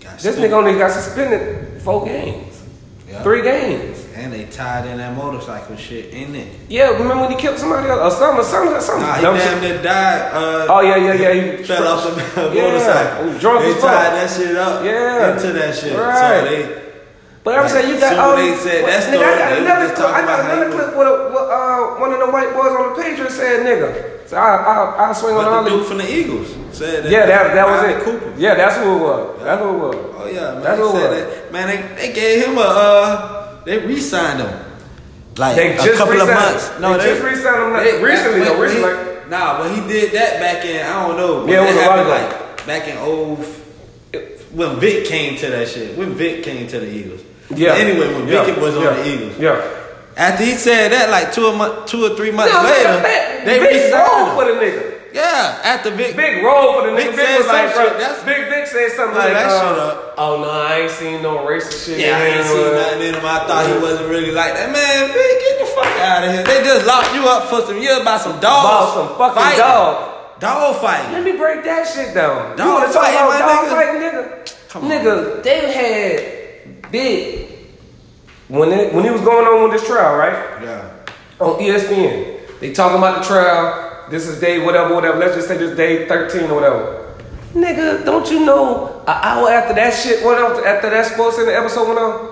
Speaker 1: Got
Speaker 2: This nigga only got suspended four games,
Speaker 1: Yeah.
Speaker 2: three games.
Speaker 1: And they tied in that motorcycle shit in it.
Speaker 2: Yeah, remember when he killed somebody else or something, something, something.
Speaker 1: Nah, he
Speaker 2: dumb
Speaker 1: damn
Speaker 2: shit.
Speaker 1: near died. Uh,
Speaker 2: Oh, yeah, yeah, yeah,
Speaker 1: [laughs]
Speaker 2: he-
Speaker 1: fell off the
Speaker 2: Yeah,
Speaker 1: motorcycle.
Speaker 2: drunk
Speaker 1: they
Speaker 2: as
Speaker 1: tied
Speaker 2: fuck.
Speaker 1: that shit up.
Speaker 2: Yeah.
Speaker 1: into that shit.
Speaker 2: Right.
Speaker 1: So they,
Speaker 2: But I'm saying you got
Speaker 1: Soon
Speaker 2: all
Speaker 1: they
Speaker 2: these-
Speaker 1: said that
Speaker 2: nigga, I
Speaker 1: story,
Speaker 2: got
Speaker 1: they
Speaker 2: another
Speaker 1: was just
Speaker 2: clip. I
Speaker 1: talking
Speaker 2: got
Speaker 1: about
Speaker 2: another
Speaker 1: how-
Speaker 2: clip with, a, with uh, one of the white boys on the Patriots said nigga. So I I I swing on all
Speaker 1: but the
Speaker 2: these.
Speaker 1: dude from the Eagles said that.
Speaker 2: Yeah, that that was
Speaker 1: Riley
Speaker 2: it.
Speaker 1: Cooper.
Speaker 2: Yeah, that's who it was. That's who it was.
Speaker 1: Oh yeah, man.
Speaker 2: That's
Speaker 1: they
Speaker 2: who it
Speaker 1: said
Speaker 2: was.
Speaker 1: that. Man, they, they gave him a. Uh, they re-signed him. Like
Speaker 2: They
Speaker 1: a
Speaker 2: just
Speaker 1: couple
Speaker 2: re-signed
Speaker 1: of
Speaker 2: him.
Speaker 1: months.
Speaker 2: They just re-signed him, like, recently,
Speaker 1: that-
Speaker 2: though,
Speaker 1: but he-
Speaker 2: recently.
Speaker 1: Nah, but he did that back in I don't know. when
Speaker 2: Yeah, it
Speaker 1: that
Speaker 2: was a while
Speaker 1: happened,
Speaker 2: ago.
Speaker 1: Like back in old f- when Vic came to that shit. When Vic came to the Eagles.
Speaker 2: Yeah.
Speaker 1: But anyway, when
Speaker 2: yeah.
Speaker 1: Vic was on
Speaker 2: yeah.
Speaker 1: the Eagles.
Speaker 2: Yeah.
Speaker 1: After he said that, like two a month, two or three months
Speaker 2: No,
Speaker 1: later,
Speaker 2: nigga, big,
Speaker 1: they
Speaker 2: big role
Speaker 1: re-signed
Speaker 2: for
Speaker 1: him.
Speaker 2: the nigga.
Speaker 1: Yeah, after Vic.
Speaker 2: Big role for the
Speaker 1: Big
Speaker 2: nigga.
Speaker 1: said
Speaker 2: Big was like,
Speaker 1: some
Speaker 2: bro,
Speaker 1: shit, that's-
Speaker 2: Big Big said something
Speaker 1: Look
Speaker 2: like,
Speaker 1: that
Speaker 2: uh,
Speaker 1: shit up.
Speaker 2: oh no, I ain't seen no racist shit.
Speaker 1: Yeah, I
Speaker 2: in
Speaker 1: ain't
Speaker 2: here,
Speaker 1: seen
Speaker 2: uh,
Speaker 1: nothing in him. I thought he wasn't really like that. Man, Vic, get the fuck out of here. They just locked you up for some years by some dogs.
Speaker 2: About some fucking
Speaker 1: fighting.
Speaker 2: dog.
Speaker 1: Dog fighting.
Speaker 2: Let me break that shit down.
Speaker 1: Dog
Speaker 2: you wanna talk
Speaker 1: fighting, my
Speaker 2: about dog
Speaker 1: nigga.
Speaker 2: fighting, nigga?
Speaker 1: Come on.
Speaker 2: nigga, they had Big when it, when he was going on with this trial, right?
Speaker 1: Yeah.
Speaker 2: on E ESPN. They talking about the trial. This is day whatever, whatever. Let's just say this day 13 or whatever. Nigga, don't you know an hour after that shit went on, after that sports center episode went on,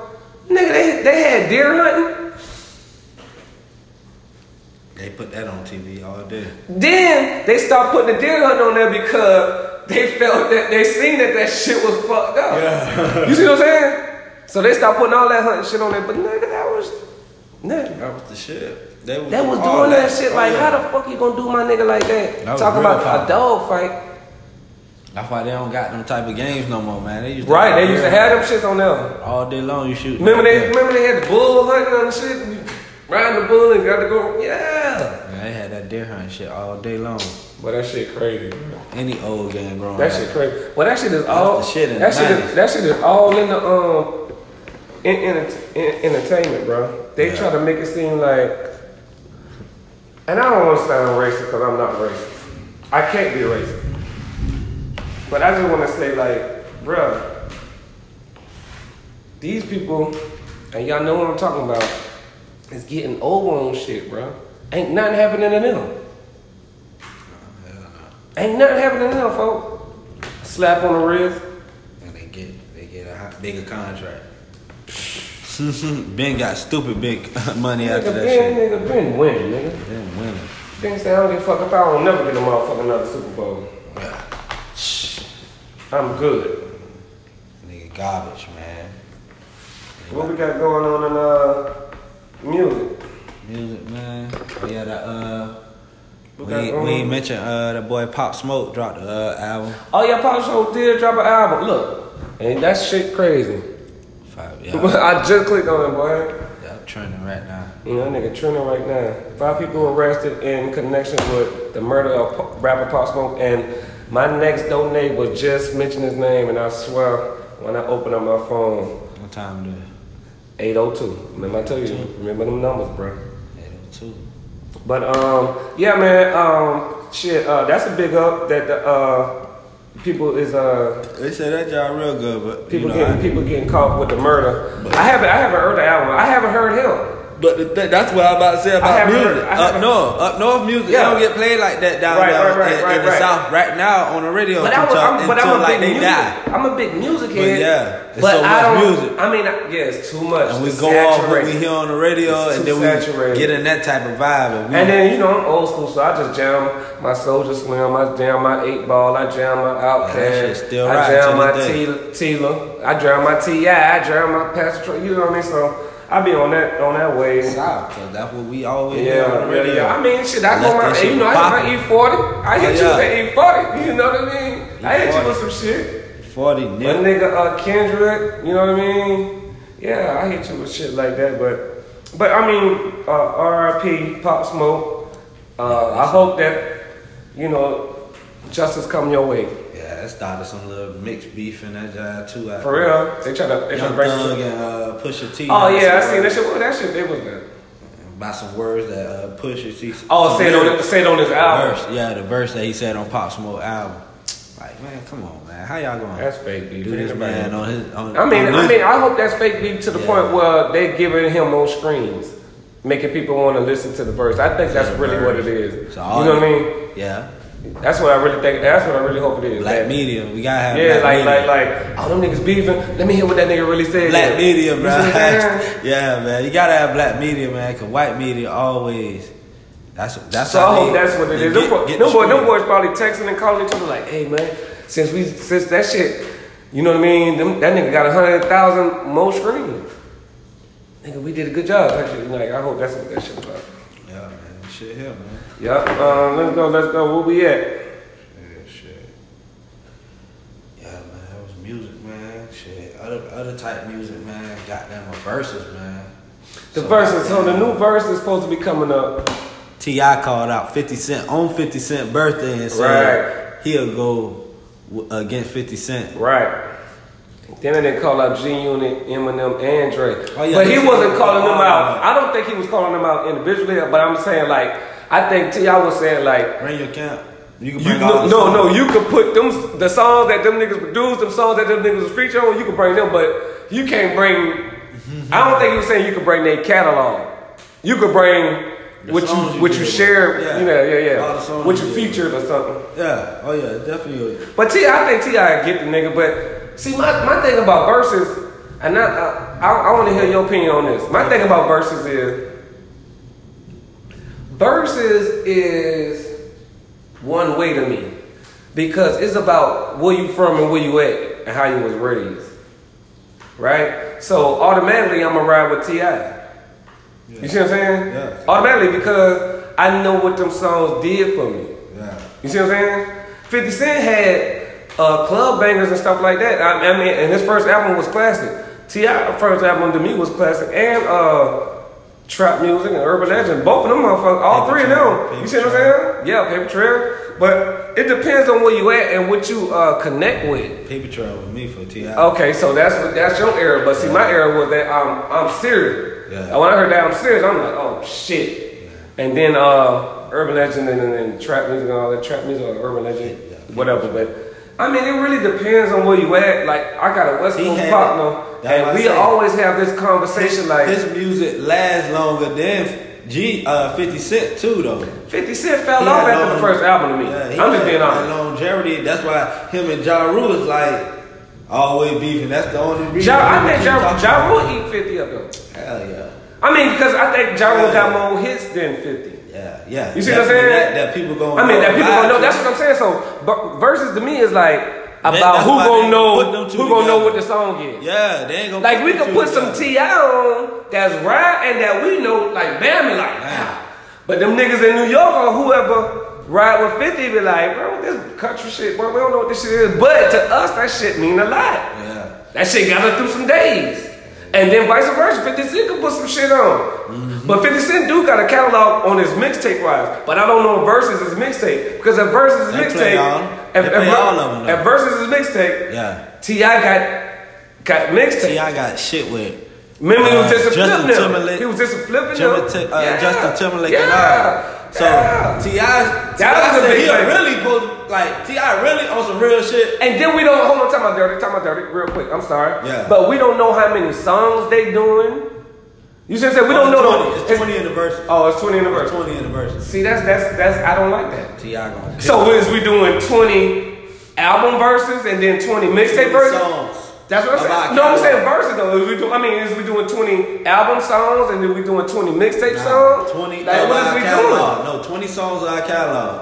Speaker 2: nigga, they, they had deer hunting.
Speaker 1: They put that on TV all day.
Speaker 2: Then they start putting the deer hunting on there because they felt that they seen that that shit was fucked up.
Speaker 1: Yeah.
Speaker 2: [laughs] you see what I'm saying? So they start putting all that hunting shit on there, but nigga, that was, nigga,
Speaker 1: That was the shit. They was
Speaker 2: They was
Speaker 1: all
Speaker 2: doing that shit.
Speaker 1: Oh,
Speaker 2: Like,
Speaker 1: yeah.
Speaker 2: how the fuck you gonna do my nigga like that?
Speaker 1: That was
Speaker 2: Talk
Speaker 1: real
Speaker 2: about
Speaker 1: power.
Speaker 2: a dog fight.
Speaker 1: That's why they don't got them type of games no more, man. They used to
Speaker 2: Right, they used to have them shits on there.
Speaker 1: all day long. You shoot.
Speaker 2: Remember they remember they had the bull hunting on the shit and you riding the bull and got to go yeah.
Speaker 1: Man, they had that deer hunting shit all day long.
Speaker 2: But that shit crazy, bro.
Speaker 1: Any old game growing
Speaker 2: That
Speaker 1: up.
Speaker 2: shit crazy. Well that shit is all
Speaker 1: the shit in
Speaker 2: that
Speaker 1: the
Speaker 2: shit is,
Speaker 1: 90s.
Speaker 2: that shit is all in the um in, in, in entertainment, bro. They
Speaker 1: Yeah.
Speaker 2: try to make it seem like and I don't want to sound racist because I'm not racist. I can't be racist. But I just want to say, like, bruh, these people, and y'all know what I'm talking about, is getting over on shit, bruh. Ain't nothing happening to them.
Speaker 1: Oh,
Speaker 2: Ain't nothing happening to them, folks. Slap on the wrist.
Speaker 1: And they get they get a hot, bigger contract. [laughs] ben got stupid big [laughs] money after
Speaker 2: nigga,
Speaker 1: that
Speaker 2: Ben,
Speaker 1: shit.
Speaker 2: nigga, Ben win, nigga.
Speaker 1: Ben winning.
Speaker 2: Ben say, I don't give a fuck if I don't never get a motherfucking another Super Bowl.
Speaker 1: Yeah.
Speaker 2: I'm good.
Speaker 1: Nigga garbage, man.
Speaker 2: What we got going on in uh, music?
Speaker 1: Music, man. Yeah, the uh.
Speaker 2: What
Speaker 1: We
Speaker 2: got
Speaker 1: ain't,
Speaker 2: going
Speaker 1: we
Speaker 2: on?
Speaker 1: ain't mentioned uh, the boy Pop Smoke dropped the uh, album.
Speaker 2: Oh yeah, Pop Show did drop an album. Look, and that shit crazy. [laughs]
Speaker 1: Five, yeah,
Speaker 2: I just clicked on it, boy.
Speaker 1: yeah, trending right now.
Speaker 2: You know, that nigga trending right now. Five people arrested in connection with the murder of P- rapper Pop Smoke, and my next door neighbor was just mentioned his name, and I swear, when I open up my phone,
Speaker 1: What time it is?
Speaker 2: 802. Remember I tell you, remember them numbers, bro.
Speaker 1: Eight oh two.
Speaker 2: But um, yeah, man, um, shit, uh, that's a big up that the uh, people is uh.
Speaker 1: They said that job real good, but
Speaker 2: People
Speaker 1: you know,
Speaker 2: getting
Speaker 1: I-
Speaker 2: people getting caught with the murder. I haven't I haven't heard the album. I haven't heard him.
Speaker 1: But the th- that's what I'm about to say
Speaker 2: I
Speaker 1: about
Speaker 2: haven't
Speaker 1: music.
Speaker 2: heard- I
Speaker 1: up
Speaker 2: haven't-
Speaker 1: north, up north music
Speaker 2: Yeah.
Speaker 1: they don't get played like that down
Speaker 2: Right,
Speaker 1: down
Speaker 2: right, right,
Speaker 1: in,
Speaker 2: right,
Speaker 1: in the
Speaker 2: right.
Speaker 1: south right now on the radio
Speaker 2: But
Speaker 1: until,
Speaker 2: I'm, I'm, but
Speaker 1: until
Speaker 2: I'm a
Speaker 1: like they
Speaker 2: big music.
Speaker 1: die.
Speaker 2: I'm a big music head.
Speaker 1: yeah, it's so
Speaker 2: but I
Speaker 1: much
Speaker 2: don't.
Speaker 1: music.
Speaker 2: I mean, I, yeah, it's too much.
Speaker 1: And we
Speaker 2: It's
Speaker 1: go off what
Speaker 2: saturated.
Speaker 1: we hear on the radio,
Speaker 2: It's
Speaker 1: and
Speaker 2: too
Speaker 1: then we
Speaker 2: saturated.
Speaker 1: get in that type of vibe. And we,
Speaker 2: And then you know I'm old school, so I just jam my Soldier Slim, I jam my Eight Ball, I jam my
Speaker 1: that shit
Speaker 2: Outkast,
Speaker 1: still
Speaker 2: I
Speaker 1: right
Speaker 2: jam my
Speaker 1: to this day.
Speaker 2: Tila, Tila, I jam my Ti, I jam my Pastor. Troy, You know what I mean? So I be on that on that wave.
Speaker 1: south, 'cause that's what we always hear on the
Speaker 2: Yeah,
Speaker 1: radio.
Speaker 2: yeah, yeah. I mean, shit, I
Speaker 1: Unless
Speaker 2: go
Speaker 1: that
Speaker 2: my,
Speaker 1: shit
Speaker 2: you know, I hit my E40. I hit
Speaker 1: Oh,
Speaker 2: you
Speaker 1: yeah. E
Speaker 2: with E40. [laughs] You know what I mean? I hit you with some shit.
Speaker 1: Forty
Speaker 2: That
Speaker 1: nigga.
Speaker 2: nigga uh, Kendrick, you know what I mean? Yeah, I hit you with shit like that, but, but I mean, uh, RIP, Pop Smoke. Uh, I hope that, you know, justice come your way.
Speaker 1: Yeah, that started some little mixed beef in that job too. I
Speaker 2: For real, they try to, they try to
Speaker 1: Young
Speaker 2: break.
Speaker 1: Thug and uh, Pusha T.
Speaker 2: Oh yeah, I seen that shit. Well, that shit, it was bad.
Speaker 1: By some words that uh, Pusha T.
Speaker 2: Oh, say it on, say it on this album.
Speaker 1: verse, yeah, the verse that he said on Pop Smoke album. Like, man, come on, man, how y'all going
Speaker 2: That's
Speaker 1: to
Speaker 2: fake beef.
Speaker 1: do
Speaker 2: Ain't
Speaker 1: this,
Speaker 2: nobody
Speaker 1: man? On his, on,
Speaker 2: I mean,
Speaker 1: on
Speaker 2: I
Speaker 1: this-
Speaker 2: mean, I hope that's fake beef to the
Speaker 1: Yeah.
Speaker 2: point where they're giving him more screens, making people want to listen to the verse. I think that's
Speaker 1: the
Speaker 2: really what it
Speaker 1: verse.
Speaker 2: is.
Speaker 1: So
Speaker 2: you
Speaker 1: all the-
Speaker 2: know what I
Speaker 1: yeah,
Speaker 2: mean? That's what I really think. That's what I really hope it is.
Speaker 1: black
Speaker 2: That-
Speaker 1: media, we gotta have
Speaker 2: Yeah,
Speaker 1: black
Speaker 2: like,
Speaker 1: media.
Speaker 2: like, like, all them niggas beefing. Let me hear what that nigga really said.
Speaker 1: black media,
Speaker 2: You
Speaker 1: bro.
Speaker 2: see what
Speaker 1: [laughs]
Speaker 2: I'm saying?
Speaker 1: yeah, man, you gotta have black media, man, cause white media always. That's that's
Speaker 2: So
Speaker 1: how
Speaker 2: I hope
Speaker 1: they-
Speaker 2: that's what it
Speaker 1: they
Speaker 2: is.
Speaker 1: get-
Speaker 2: Them boy-
Speaker 1: get
Speaker 2: them
Speaker 1: the
Speaker 2: boy- them
Speaker 1: screen.
Speaker 2: boys probably texting and calling each other like, "Hey man, since we since that shit, you know what I mean? Them, that nigga got a hundred thousand more screens. Nigga, we did a good job. Actually, like I hope that's what that shit about.
Speaker 1: Yeah, man, shit here, man.
Speaker 2: Yup. Um, let's go. Let's go. Where we at?
Speaker 1: Shit, shit. Yeah, man, that was music, man. Shit, other other type music, man. Goddamn, a verses, man.
Speaker 2: The
Speaker 1: So,
Speaker 2: verses. So the
Speaker 1: goddamn,
Speaker 2: new verse is supposed to be coming up.
Speaker 1: Ti called out Fifty Cent on Fifty Cent birthday and said he'll go w- against Fifty Cent.
Speaker 2: Right. Then they call out G Unit, Eminem, and Dre.
Speaker 1: Oh, yeah,
Speaker 2: but he
Speaker 1: they-
Speaker 2: wasn't calling them
Speaker 1: Oh,
Speaker 2: out.
Speaker 1: no.
Speaker 2: I don't think he was calling them out individually. But I'm saying like, I think Ti was saying like.
Speaker 1: Bring your camp. You can
Speaker 2: You,
Speaker 1: bring all the
Speaker 2: no, no,
Speaker 1: songs.
Speaker 2: no, you could put them the songs that them niggas produced, them songs that them niggas was featured on. You could bring them, but you can't bring.
Speaker 1: Mm-hmm.
Speaker 2: I don't think he was saying you could bring their catalog. You could bring
Speaker 1: The
Speaker 2: what you,
Speaker 1: songs you
Speaker 2: what you
Speaker 1: did.
Speaker 2: shared,
Speaker 1: Yeah.
Speaker 2: you know, yeah,
Speaker 1: All
Speaker 2: yeah,
Speaker 1: the songs
Speaker 2: what
Speaker 1: you
Speaker 2: you
Speaker 1: did.
Speaker 2: featured or something.
Speaker 1: Yeah. Oh yeah, definitely.
Speaker 2: But T, I think Ti get the nigga. But see, my, my thing about verses, and I I, I, I want to hear your opinion on this. My thing about verses is verses is one way to me because it's about where you from and where you at and how you was raised, right? So automatically I'm gonna ride with Ti. You see what I'm saying?
Speaker 1: Yeah.
Speaker 2: Automatically because I know what them songs did for me.
Speaker 1: Yeah.
Speaker 2: You see what I'm saying? 50 Cent had uh, club bangers and stuff like that. I, I mean, and his first album was classic. T.I. first album to me was classic, and uh, trap music and urban legend. Both of them motherfuckers, all
Speaker 1: Paper
Speaker 2: three
Speaker 1: Trail,
Speaker 2: of them. You
Speaker 1: Paper
Speaker 2: see what I'm
Speaker 1: Trail.
Speaker 2: saying? Yeah, paper trail. But it depends on where you at and what you uh, connect with.
Speaker 1: Paper trail with me for Ti.
Speaker 2: Okay, so that's what that's your era. But see, my era was that I'm I'm serious.
Speaker 1: Yeah.
Speaker 2: And when I heard that I'm serious, I'm like, oh shit. And then uh, urban legend and, and, and trap music and all that trap music or urban legend, whatever. But I mean, it really depends on where you at. Like I got a West
Speaker 1: He
Speaker 2: Coast
Speaker 1: had-
Speaker 2: partner,
Speaker 1: that's what I
Speaker 2: and we
Speaker 1: said.
Speaker 2: always have this conversation like
Speaker 1: His music lasts longer than G uh, 50 Cent too though.
Speaker 2: 50 Cent fell
Speaker 1: He
Speaker 2: off
Speaker 1: had
Speaker 2: after
Speaker 1: long-
Speaker 2: the first album to me.
Speaker 1: Yeah, he
Speaker 2: I'm just
Speaker 1: had
Speaker 2: being
Speaker 1: that
Speaker 2: honest.
Speaker 1: Longevity. That's why him and Ja Rule is like always beefing. That's the only reason.
Speaker 2: Ja, I
Speaker 1: we
Speaker 2: think
Speaker 1: keep
Speaker 2: Ja,
Speaker 1: talking
Speaker 2: ja
Speaker 1: about
Speaker 2: Rule eat 50 up though.
Speaker 1: it. Hell yeah.
Speaker 2: I mean, because I think Ja Rule
Speaker 1: Yeah.
Speaker 2: got more hits than 50.
Speaker 1: Yeah, yeah.
Speaker 2: You see what
Speaker 1: That's-
Speaker 2: I'm saying?
Speaker 1: That, that people gonna.
Speaker 2: I mean, that people
Speaker 1: vibe
Speaker 2: gonna know.
Speaker 1: to.
Speaker 2: That's what I'm saying. So but verses to me is like about
Speaker 1: that's
Speaker 2: who
Speaker 1: why
Speaker 2: gonna
Speaker 1: they put
Speaker 2: know
Speaker 1: them two
Speaker 2: who gonna know
Speaker 1: together.
Speaker 2: what the song is.
Speaker 1: Yeah, they ain't gonna.
Speaker 2: Like we
Speaker 1: the
Speaker 2: could
Speaker 1: two
Speaker 2: put some
Speaker 1: together.
Speaker 2: Ti on that's right and that we know like Bammy like. "Ah." But them niggas in New York or whoever ride with Fifty be like, bro, this country shit, bro, we don't know what this shit is. But to us, that shit mean a lot.
Speaker 1: Yeah.
Speaker 2: That shit got her through some days. And then vice versa, 50 Cent could put some shit on.
Speaker 1: Mm-hmm.
Speaker 2: But 50 Cent do got a catalog on his mixtape wise. But I don't know if Versus is mixtape. Because if Versus is
Speaker 1: They play all-
Speaker 2: mixtape.
Speaker 1: they
Speaker 2: If, if,
Speaker 1: play
Speaker 2: Ver-
Speaker 1: all of 'em, though.
Speaker 2: if Versus is mixtape,
Speaker 1: Yeah.
Speaker 2: T.I. got got
Speaker 1: Ti
Speaker 2: mixtape.
Speaker 1: got shit with.
Speaker 2: Remember, he was
Speaker 1: uh,
Speaker 2: just a
Speaker 1: Justin
Speaker 2: flipping them.
Speaker 1: Timberlake-
Speaker 2: He was just a flipping
Speaker 1: Jimmy
Speaker 2: them.
Speaker 1: Ti- uh,
Speaker 2: Yeah.
Speaker 1: Justin Timberlake
Speaker 2: Yeah.
Speaker 1: and all. So
Speaker 2: Yeah.
Speaker 1: Ti,
Speaker 2: That
Speaker 1: Ti
Speaker 2: was a
Speaker 1: said
Speaker 2: big
Speaker 1: he
Speaker 2: thing.
Speaker 1: really put like Ti really on some real shit.
Speaker 2: And then we don't hold on, talk about dirty, talk about dirty, real quick. I'm sorry,
Speaker 1: Yeah.
Speaker 2: but we don't know how many songs they doing. You should say we
Speaker 1: Oh,
Speaker 2: don't
Speaker 1: It's
Speaker 2: know.
Speaker 1: 20, it's twenty in the verse.
Speaker 2: Oh, it's twenty in the verse.
Speaker 1: Twenty in the verse.
Speaker 2: See, that's that's that's I don't like that.
Speaker 1: Ti gonna.
Speaker 2: So is we doing twenty album verses and then twenty mixtape verses?
Speaker 1: songs.
Speaker 2: That's what I'm
Speaker 1: About
Speaker 2: saying. No, I'm
Speaker 1: catalog.
Speaker 2: saying verses though. Is we do, I mean, is we doing twenty album songs and then we doing twenty mixtape songs?
Speaker 1: Twenty
Speaker 2: Like
Speaker 1: of
Speaker 2: what is
Speaker 1: our
Speaker 2: we doing?
Speaker 1: catalog. No, twenty songs of our catalog.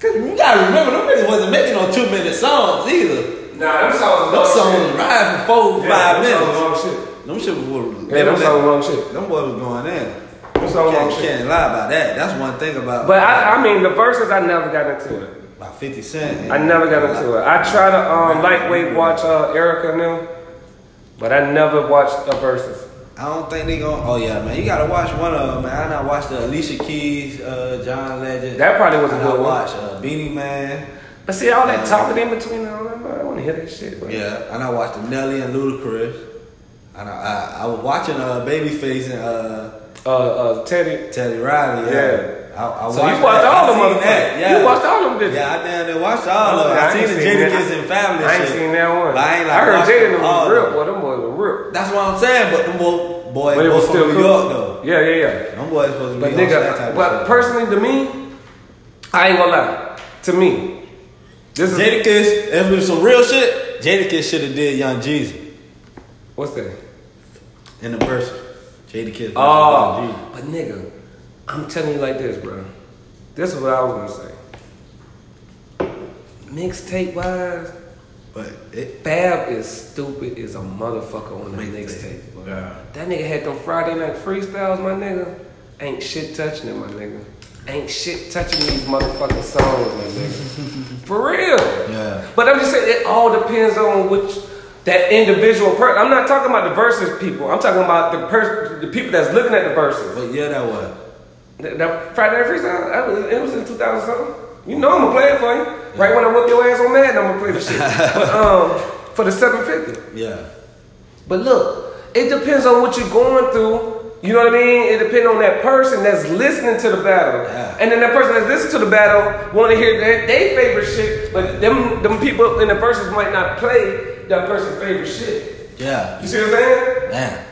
Speaker 1: Cause you gotta remember, them niggas wasn't making no two minute songs either.
Speaker 2: Nah, them songs.
Speaker 1: Them songs ride for four, five minutes.
Speaker 2: Wrong shit.
Speaker 1: Them shit was.
Speaker 2: Yeah, them songs wrong shit.
Speaker 1: Them boys was going in.
Speaker 2: Them songs wrong
Speaker 1: Can't,
Speaker 2: shit.
Speaker 1: can't lie about that. That's one thing about
Speaker 2: But I, I mean, the verses I never got into it.
Speaker 1: about Fifty Cent.
Speaker 2: I never got into it. I try to um, lightweight watch uh, Erica now, but I never watched the verses.
Speaker 1: I don't think they gonna. Oh yeah, man, you gotta watch one of them, man. I not watched the Alicia Keys, uh, John Legend.
Speaker 2: That probably was a
Speaker 1: And
Speaker 2: good
Speaker 1: I
Speaker 2: one.
Speaker 1: watched uh, Beanie Man.
Speaker 2: But see, all that talking in between, I don't, know, I want to hear that shit. Bro.
Speaker 1: Yeah, and I watched the Nelly and Ludacris. And I, I, I was watching uh, Babyface and uh,
Speaker 2: Uh, uh, Teddy.
Speaker 1: Teddy Riley. Yeah.
Speaker 2: Yeah.
Speaker 1: I, I
Speaker 2: So you
Speaker 1: that.
Speaker 2: watched all
Speaker 1: I
Speaker 2: them
Speaker 1: seen
Speaker 2: motherfuckers.
Speaker 1: that, Yeah.
Speaker 2: You watched all them, didn't you?
Speaker 1: Yeah, I damn near watched all of them. I,
Speaker 2: I ain't
Speaker 1: seen the
Speaker 2: seen that.
Speaker 1: Jadakiss and Family
Speaker 2: I ain't
Speaker 1: shit.
Speaker 2: seen that one.
Speaker 1: But I ain't like
Speaker 2: heard
Speaker 1: watched
Speaker 2: Teddy
Speaker 1: them
Speaker 2: was
Speaker 1: all,
Speaker 2: real.
Speaker 1: though.
Speaker 2: Boy, them boys were real.
Speaker 1: That's what I'm saying, but them boy, boy,
Speaker 2: But it was
Speaker 1: boy
Speaker 2: still
Speaker 1: from New
Speaker 2: cool.
Speaker 1: York, though.
Speaker 2: Yeah, yeah, yeah.
Speaker 1: Them boys supposed to
Speaker 2: But
Speaker 1: be on that type
Speaker 2: nigga,
Speaker 1: of
Speaker 2: but
Speaker 1: stuff.
Speaker 2: personally to me, I ain't gonna lie. To me, this is
Speaker 1: Jadakiss, if it was some real shit, Jadakiss should have did Young Jeezy
Speaker 2: what's that?
Speaker 1: in the person. Jadakiss. versus Young Jeezy.
Speaker 2: Oh, but nigga, I'm telling you like this, bro. This is what I was gonna say. Mixtape wise,
Speaker 1: But it,
Speaker 2: Fab is stupid as a motherfucker on the
Speaker 1: Mixtape.
Speaker 2: mixtape. bro.
Speaker 1: Yeah.
Speaker 2: That nigga had them Friday night freestyles, my nigga. Ain't shit touching it, my nigga. Ain't shit touching these motherfucking songs, my nigga. For real.
Speaker 1: Yeah.
Speaker 2: But I'm just saying it all depends on which that individual person. I'm not talking about the verses people. I'm talking about the person, the people that's looking at the verses.
Speaker 1: but yeah, that was.
Speaker 2: That, that Friday Night Freestyle, that was, it was in 2000 something. You know I'm gonna play it for you. Right when I whip your ass on Madden, I'm gonna play the shit. but um, for the 750.
Speaker 1: Yeah.
Speaker 2: But look, it depends on what you're going through. You know what I mean? It depends on that person that's listening to the battle,
Speaker 1: Yeah.
Speaker 2: and then that person that's listening to the battle want to hear their, their favorite shit. But them them people in the verses might not play that person's favorite shit.
Speaker 1: Yeah.
Speaker 2: You see what I'm saying?
Speaker 1: Man.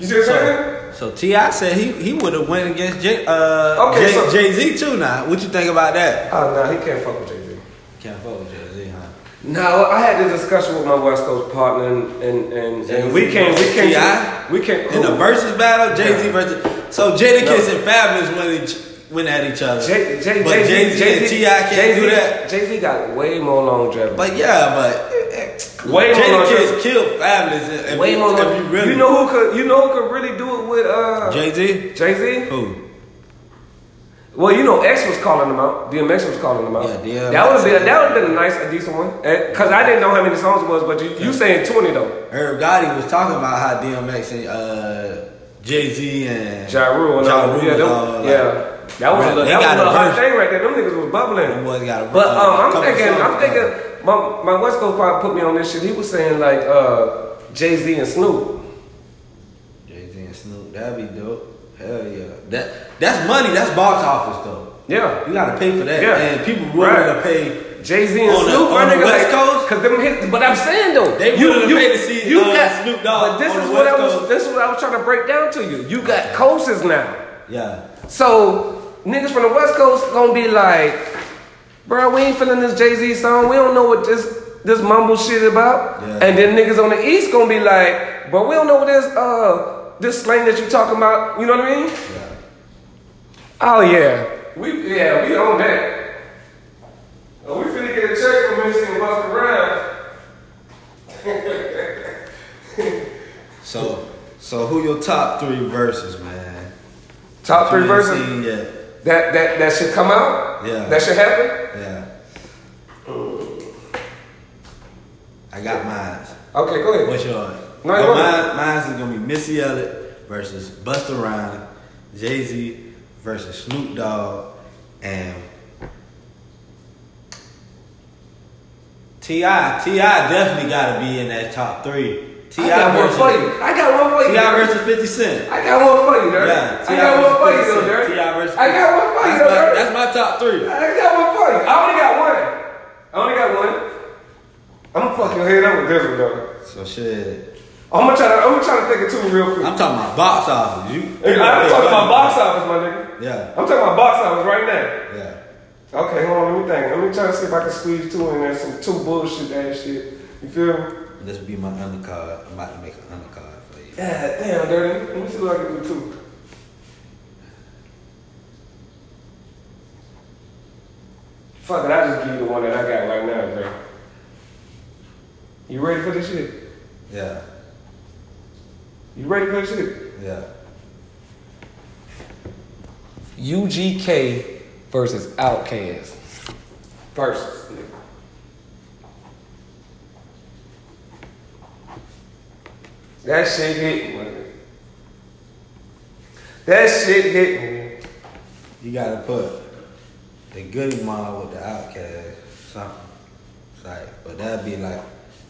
Speaker 2: You see what I'm saying?
Speaker 1: So, so Ti said he he would have went against Jay uh,
Speaker 2: Okay,
Speaker 1: Jay
Speaker 2: so-
Speaker 1: Z too. Now, what you think about that?
Speaker 2: Oh no, he can't fuck with Jay Z.
Speaker 1: Can't fuck with Jay Z, huh?
Speaker 2: No, I had this discussion with my West Coast partner, and and, and, and we can't we can't
Speaker 1: T.I.?
Speaker 2: we can't
Speaker 1: In the versus battle, Jay Z
Speaker 2: Yeah.
Speaker 1: versus so Jadakiss and Fabulous went each, went at each other.
Speaker 2: Jay Jay
Speaker 1: but Jay Z and Ti can't do that.
Speaker 2: Jay Z got way more longevity.
Speaker 1: But yeah, but
Speaker 2: Wait
Speaker 1: Jada
Speaker 2: on
Speaker 1: kids killed families. If, if
Speaker 2: Wait
Speaker 1: you,
Speaker 2: on
Speaker 1: if you really
Speaker 2: You know who could? You know who could really do it with uh,
Speaker 1: Jay Z.
Speaker 2: Jay Z?
Speaker 1: Who?
Speaker 2: Well, you know X was calling him out. DMX was calling him out.
Speaker 1: Yeah, DMX.
Speaker 2: that would have been that would have been a nice, a decent one. And- Cause I didn't know how many songs it was, but you, you saying twenty though?
Speaker 1: Herb Gotti was talking about how DMX and uh, Jay Z and
Speaker 2: Ja Rule and all.
Speaker 1: Rule
Speaker 2: yeah,
Speaker 1: and
Speaker 2: them,
Speaker 1: all, like,
Speaker 2: yeah. That was a
Speaker 1: Right,
Speaker 2: little,
Speaker 1: they
Speaker 2: that was a
Speaker 1: got a
Speaker 2: little hot
Speaker 1: version.
Speaker 2: thing right there. Them niggas was bubbling.
Speaker 1: them boys got a-
Speaker 2: But
Speaker 1: uh,
Speaker 2: um, I'm
Speaker 1: couple
Speaker 2: thinking, I'm
Speaker 1: songs.
Speaker 2: thinking, my, my West Coast probably put me on this shit. He was saying like uh, Jay Z and Snoop.
Speaker 1: Jay Z and Snoop. That'd be dope. Hell yeah. That that's money. That's box office though.
Speaker 2: Yeah,
Speaker 1: You gotta pay for that,
Speaker 2: Yeah.
Speaker 1: and people
Speaker 2: Right.
Speaker 1: willing to pay.
Speaker 2: Jay Z and
Speaker 1: On the-
Speaker 2: Snoop. my
Speaker 1: on the
Speaker 2: nigga,
Speaker 1: West
Speaker 2: like,
Speaker 1: Coast?
Speaker 2: Cause them hit, but I'm saying though,
Speaker 1: They would've paid to see, uh, Snoop Dogg
Speaker 2: But this
Speaker 1: on
Speaker 2: is
Speaker 1: the
Speaker 2: what
Speaker 1: West
Speaker 2: I was.
Speaker 1: Coast.
Speaker 2: This is what I was trying to break down to you. You got coasts now.
Speaker 1: Yeah.
Speaker 2: So niggas from the West Coast gonna be like, bro, we ain't feeling this Jay Z song. We don't know what this this mumble shit about.
Speaker 1: Yeah.
Speaker 2: And then niggas on the East gonna be like, bro, we don't know what this uh this slang that you talking about. You know what I mean?
Speaker 1: Yeah.
Speaker 2: Oh yeah, we yeah we on that. Oh, we finna get a check from Missy and Busta Rhymes.
Speaker 1: So so who your top three verses, man?
Speaker 2: Top three
Speaker 1: You ain't
Speaker 2: verses
Speaker 1: seen yet.
Speaker 2: that that that should come out.
Speaker 1: Yeah.
Speaker 2: that should happen.
Speaker 1: Yeah. I got mine.
Speaker 2: Okay, go ahead.
Speaker 1: What's yours?
Speaker 2: No,
Speaker 1: Well,
Speaker 2: go
Speaker 1: mine, mine's is gonna be Missy Elliott versus Busta Rhymes, Jay Z versus Snoop Dogg, and Ti. Ti definitely gotta be in that top three. Ti
Speaker 2: I got one
Speaker 1: versus
Speaker 2: for you. I got one for you.
Speaker 1: Ti versus Fifty Cent.
Speaker 2: I got one for you, Dirk.
Speaker 1: Yeah,
Speaker 2: I
Speaker 1: T.I.
Speaker 2: got one
Speaker 1: versus
Speaker 2: for you,
Speaker 1: 50
Speaker 2: though,
Speaker 1: Cent.
Speaker 2: Dirk.
Speaker 1: T.I. versus
Speaker 2: I got one for you,
Speaker 1: That's
Speaker 2: though,
Speaker 1: my,
Speaker 2: Dirk.
Speaker 1: that's my top three.
Speaker 2: I got one for you. I only got one. I only got one. I'm gonna fuck your head up with this one, though.
Speaker 1: So shit.
Speaker 2: I'm gonna try to, I'm gonna try to think of two real quick.
Speaker 1: I'm talking about box office. You.
Speaker 2: Hey, I'm talking about box office, my nigga.
Speaker 1: Yeah.
Speaker 2: I'm talking about box office right now.
Speaker 1: Yeah.
Speaker 2: Okay, hold on, let me think. Let me try to see if I can squeeze two in there, some two bullshit ass shit. You feel me?
Speaker 1: This be my undercard. I'm about to make an undercard for you.
Speaker 2: God damn, Dirty. Let me see what I can do too. Fuck it, I just give you the one that I got right now, bro. You ready for this shit?
Speaker 1: Yeah.
Speaker 2: You ready for this shit?
Speaker 1: Yeah.
Speaker 2: UGK versus Outkast. Versus. nigga. That shit hit me. nigga. That shit hit me. nigga.
Speaker 1: You gotta put the goody mob with the outcast, something. It's like, but that'd be like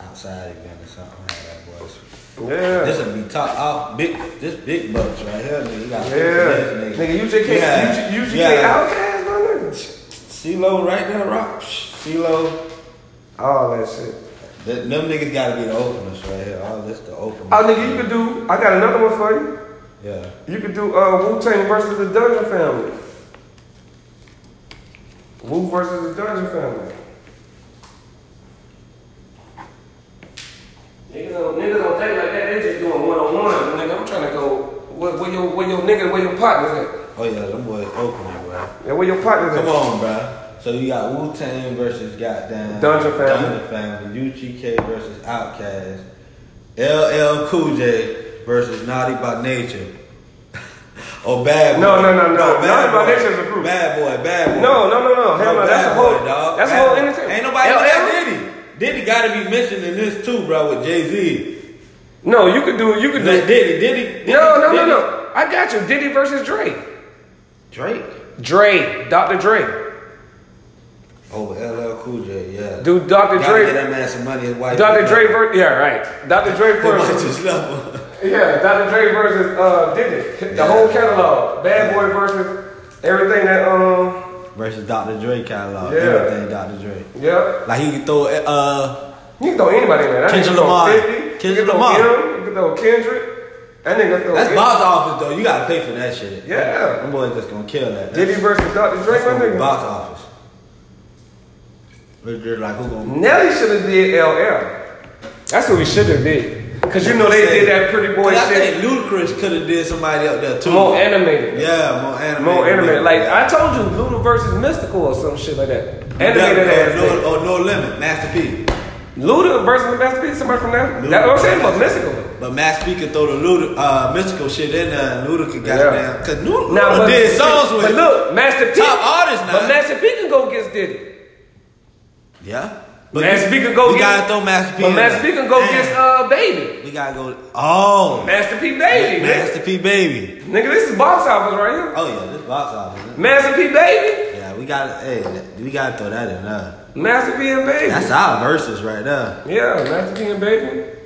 Speaker 1: outside event or something. Like that boys.
Speaker 2: Yeah.
Speaker 1: This would be top off big. This big bucks right here, nigga. You gotta pay for
Speaker 2: yeah.
Speaker 1: this,
Speaker 2: Nigga, you just can't, you, ju- you just can't outcast, my nigga.
Speaker 1: CeeLo right there, rock. CeeLo.
Speaker 2: All that shit.
Speaker 1: Th- Them niggas gotta be the openers right here. All this the openers.
Speaker 2: Oh, nigga, you could do, I got another one for you.
Speaker 1: Yeah.
Speaker 2: You could do uh, Wu Tang versus the Dungeon Family. Wu versus the Dungeon Family. Niggas don't, niggas don't think like that. They just doing one on one. Nigga, I'm trying to go. Where, where your where your nigga where your partners at?
Speaker 1: Oh yeah, them boys opening, bro.
Speaker 2: Yeah, where your partners at?
Speaker 1: Come on, bro. So you got Wu Tang versus goddamn
Speaker 2: Dungeon Family.
Speaker 1: Dungeon Family, UGK versus Outkast, LL Cool J versus Naughty by Nature. [laughs] or Bad Boy.
Speaker 2: No, no, no, no. Naughty by
Speaker 1: Bad Boy.
Speaker 2: Nature's a group.
Speaker 1: Bad Boy, Bad Boy.
Speaker 2: No, no, no, no. Hell no.
Speaker 1: Bro,
Speaker 2: That's a
Speaker 1: Bad
Speaker 2: whole.
Speaker 1: Boy, dawg.
Speaker 2: That's a
Speaker 1: Bad
Speaker 2: whole
Speaker 1: Boy.
Speaker 2: entertainment.
Speaker 1: Ain't nobody
Speaker 2: Hell, hell.
Speaker 1: that Diddy. Diddy gotta be mentioned in this too, bro, with Jay Z.
Speaker 2: No, you could do. You could do.
Speaker 1: Diddy, Diddy, Diddy.
Speaker 2: No, no, no,
Speaker 1: Diddy.
Speaker 2: no. I got you. Diddy versus Dre.
Speaker 1: Drake.
Speaker 2: Dre, Dr. Dre.
Speaker 1: Over LL Cool J, yeah.
Speaker 2: Do Dr.
Speaker 1: Gotta
Speaker 2: Dre.
Speaker 1: get that man some money. His wife.
Speaker 2: Dr. Dre versus. Yeah, right. Dr. Dre
Speaker 1: His wife
Speaker 2: versus.
Speaker 1: just
Speaker 2: [laughs]
Speaker 1: left him.
Speaker 2: Yeah, Dr. Dre versus uh, Diddy. The
Speaker 1: Yeah.
Speaker 2: whole catalog. Bad
Speaker 1: Yeah.
Speaker 2: Boy versus everything that um.
Speaker 1: versus Dr. Dre catalog.
Speaker 2: Yeah.
Speaker 1: Everything Dr. Dre.
Speaker 2: Yeah.
Speaker 1: Like he could throw uh
Speaker 2: You can throw anybody in there. That nigga
Speaker 1: Kendrick
Speaker 2: throw
Speaker 1: Lamar.
Speaker 2: 50. you can
Speaker 1: Kendrick
Speaker 2: throw
Speaker 1: Lamar.
Speaker 2: Him, you can throw Kendrick. That nigga throw.
Speaker 1: that's
Speaker 2: it.
Speaker 1: box office though. You gotta pay for that shit.
Speaker 2: Yeah.
Speaker 1: Them boys just gonna kill that.
Speaker 2: Diddy versus Dr. Dre,
Speaker 1: That's
Speaker 2: my
Speaker 1: gonna be
Speaker 2: nigga.
Speaker 1: box office. It's just like who gonna
Speaker 2: Nelly should have did LL. That's what we should have did. Cause you know they did that pretty boy
Speaker 1: Cause I
Speaker 2: shit.
Speaker 1: think Ludacris could have did somebody up there too.
Speaker 2: More animated.
Speaker 1: Yeah, more animated.
Speaker 2: More animated. Like
Speaker 1: Yeah.
Speaker 2: I told you, Luda versus Mystical or some shit like that.
Speaker 1: Yeah,
Speaker 2: Animated ass
Speaker 1: or,
Speaker 2: nigga.
Speaker 1: no, or no limit, Master P.
Speaker 2: Luda versus the best beat somebody from that. That's what I'm saying about Mexico.
Speaker 1: But Matt Speaker throw the Luda, uh, mystical shit in there, and Luda could goddamn.
Speaker 2: Yeah.
Speaker 1: Cause Luda,
Speaker 2: Now, but,
Speaker 1: did songs with
Speaker 2: but look, Master P.
Speaker 1: top artists now.
Speaker 2: But Master P can go against Diddy.
Speaker 1: yeah.
Speaker 2: Master
Speaker 1: we-
Speaker 2: P can go
Speaker 1: We gotta
Speaker 2: against.
Speaker 1: throw Master P.
Speaker 2: But
Speaker 1: in
Speaker 2: Master
Speaker 1: there.
Speaker 2: P can go
Speaker 1: Damn.
Speaker 2: against uh, Baby.
Speaker 1: We gotta go. Oh,
Speaker 2: Master P. Baby.
Speaker 1: Master P. Baby.
Speaker 2: Nigga, this is box office right here.
Speaker 1: Oh yeah, this box office. man.
Speaker 2: Master P. Baby.
Speaker 1: Yeah, we gotta. Hey, we gotta throw that in there.
Speaker 2: Master P. and Baby.
Speaker 1: That's our verses right there.
Speaker 2: yeah, Master P. and Baby.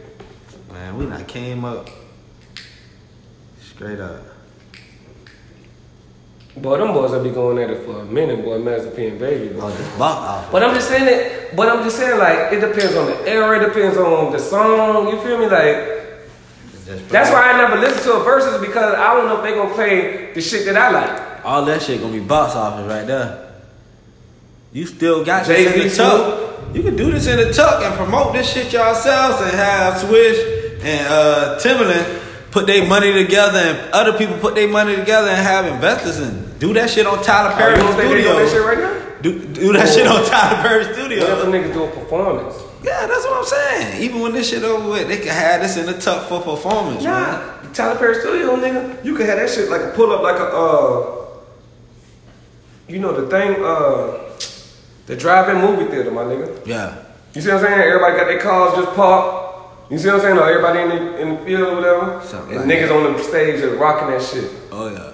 Speaker 1: Man, we not came up straight up.
Speaker 2: Boy, them boys will be going at it for a minute, boy. Master P. and Baby. boy.
Speaker 1: Oh, this box office.
Speaker 2: But I'm just saying that. But I'm just saying like it depends on the era, it depends on the song. You feel me? Like
Speaker 1: Just-
Speaker 2: that's why I never listen to a versus because I don't know if they gonna play the shit that I like.
Speaker 1: All that shit gonna be box office right there. You still got this in
Speaker 2: Jay-Z
Speaker 1: the tuck. You can do this in the tuck and promote this shit yourselves and have Swish and uh, Timberland put their money together and other people put their money together and have investors and do that shit on Tyler Perry
Speaker 2: Oh, you don't think they doing that shit
Speaker 1: Studios.
Speaker 2: right now?
Speaker 1: Do, do that shit
Speaker 2: Oh.
Speaker 1: on Tyler Perry
Speaker 2: What if
Speaker 1: Studios.
Speaker 2: them niggas do a performance?
Speaker 1: Yeah, that's what I'm saying. Even when this shit over with, they can have this in the tuck for performance, man.
Speaker 2: Nah, Tyler Perry Studio, nigga. You can have that shit like a pull up, like a uh, you know the thing, uh, the drive-in movie theater, my nigga.
Speaker 1: Yeah.
Speaker 2: You see what I'm saying? Everybody got their cars just parked. You see what I'm saying? Or everybody in the, in the field or whatever.
Speaker 1: Something
Speaker 2: and
Speaker 1: like
Speaker 2: niggas on the stage just rocking that shit.
Speaker 1: Oh yeah.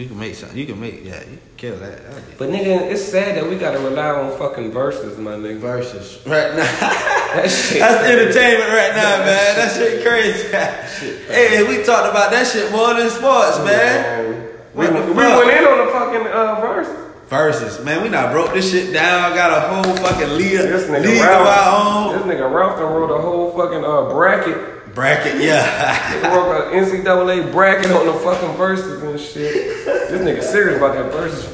Speaker 1: You can make something. You can make yeah. You can kill that. That'd be-
Speaker 2: But nigga, it's sad that we gotta rely on fucking verses, my nigga.
Speaker 1: versus right now.
Speaker 2: That [laughs] shit.
Speaker 1: That's entertainment right now, man. That shit crazy. [laughs] hey, we talked about that shit more than sports, man.
Speaker 2: We,
Speaker 1: What the
Speaker 2: we
Speaker 1: fuck?
Speaker 2: went in on the fucking uh, verse.
Speaker 1: Versus, man. We not broke this shit down. Got a whole fucking league,
Speaker 2: This
Speaker 1: league
Speaker 2: nigga
Speaker 1: of
Speaker 2: Ralph.
Speaker 1: our
Speaker 2: This nigga Ralph done wrote a whole fucking uh, bracket.
Speaker 1: own bracket. Yeah. [laughs]
Speaker 2: He wrote an NCAA bracket on the fucking verses and shit. This nigga serious about that verses.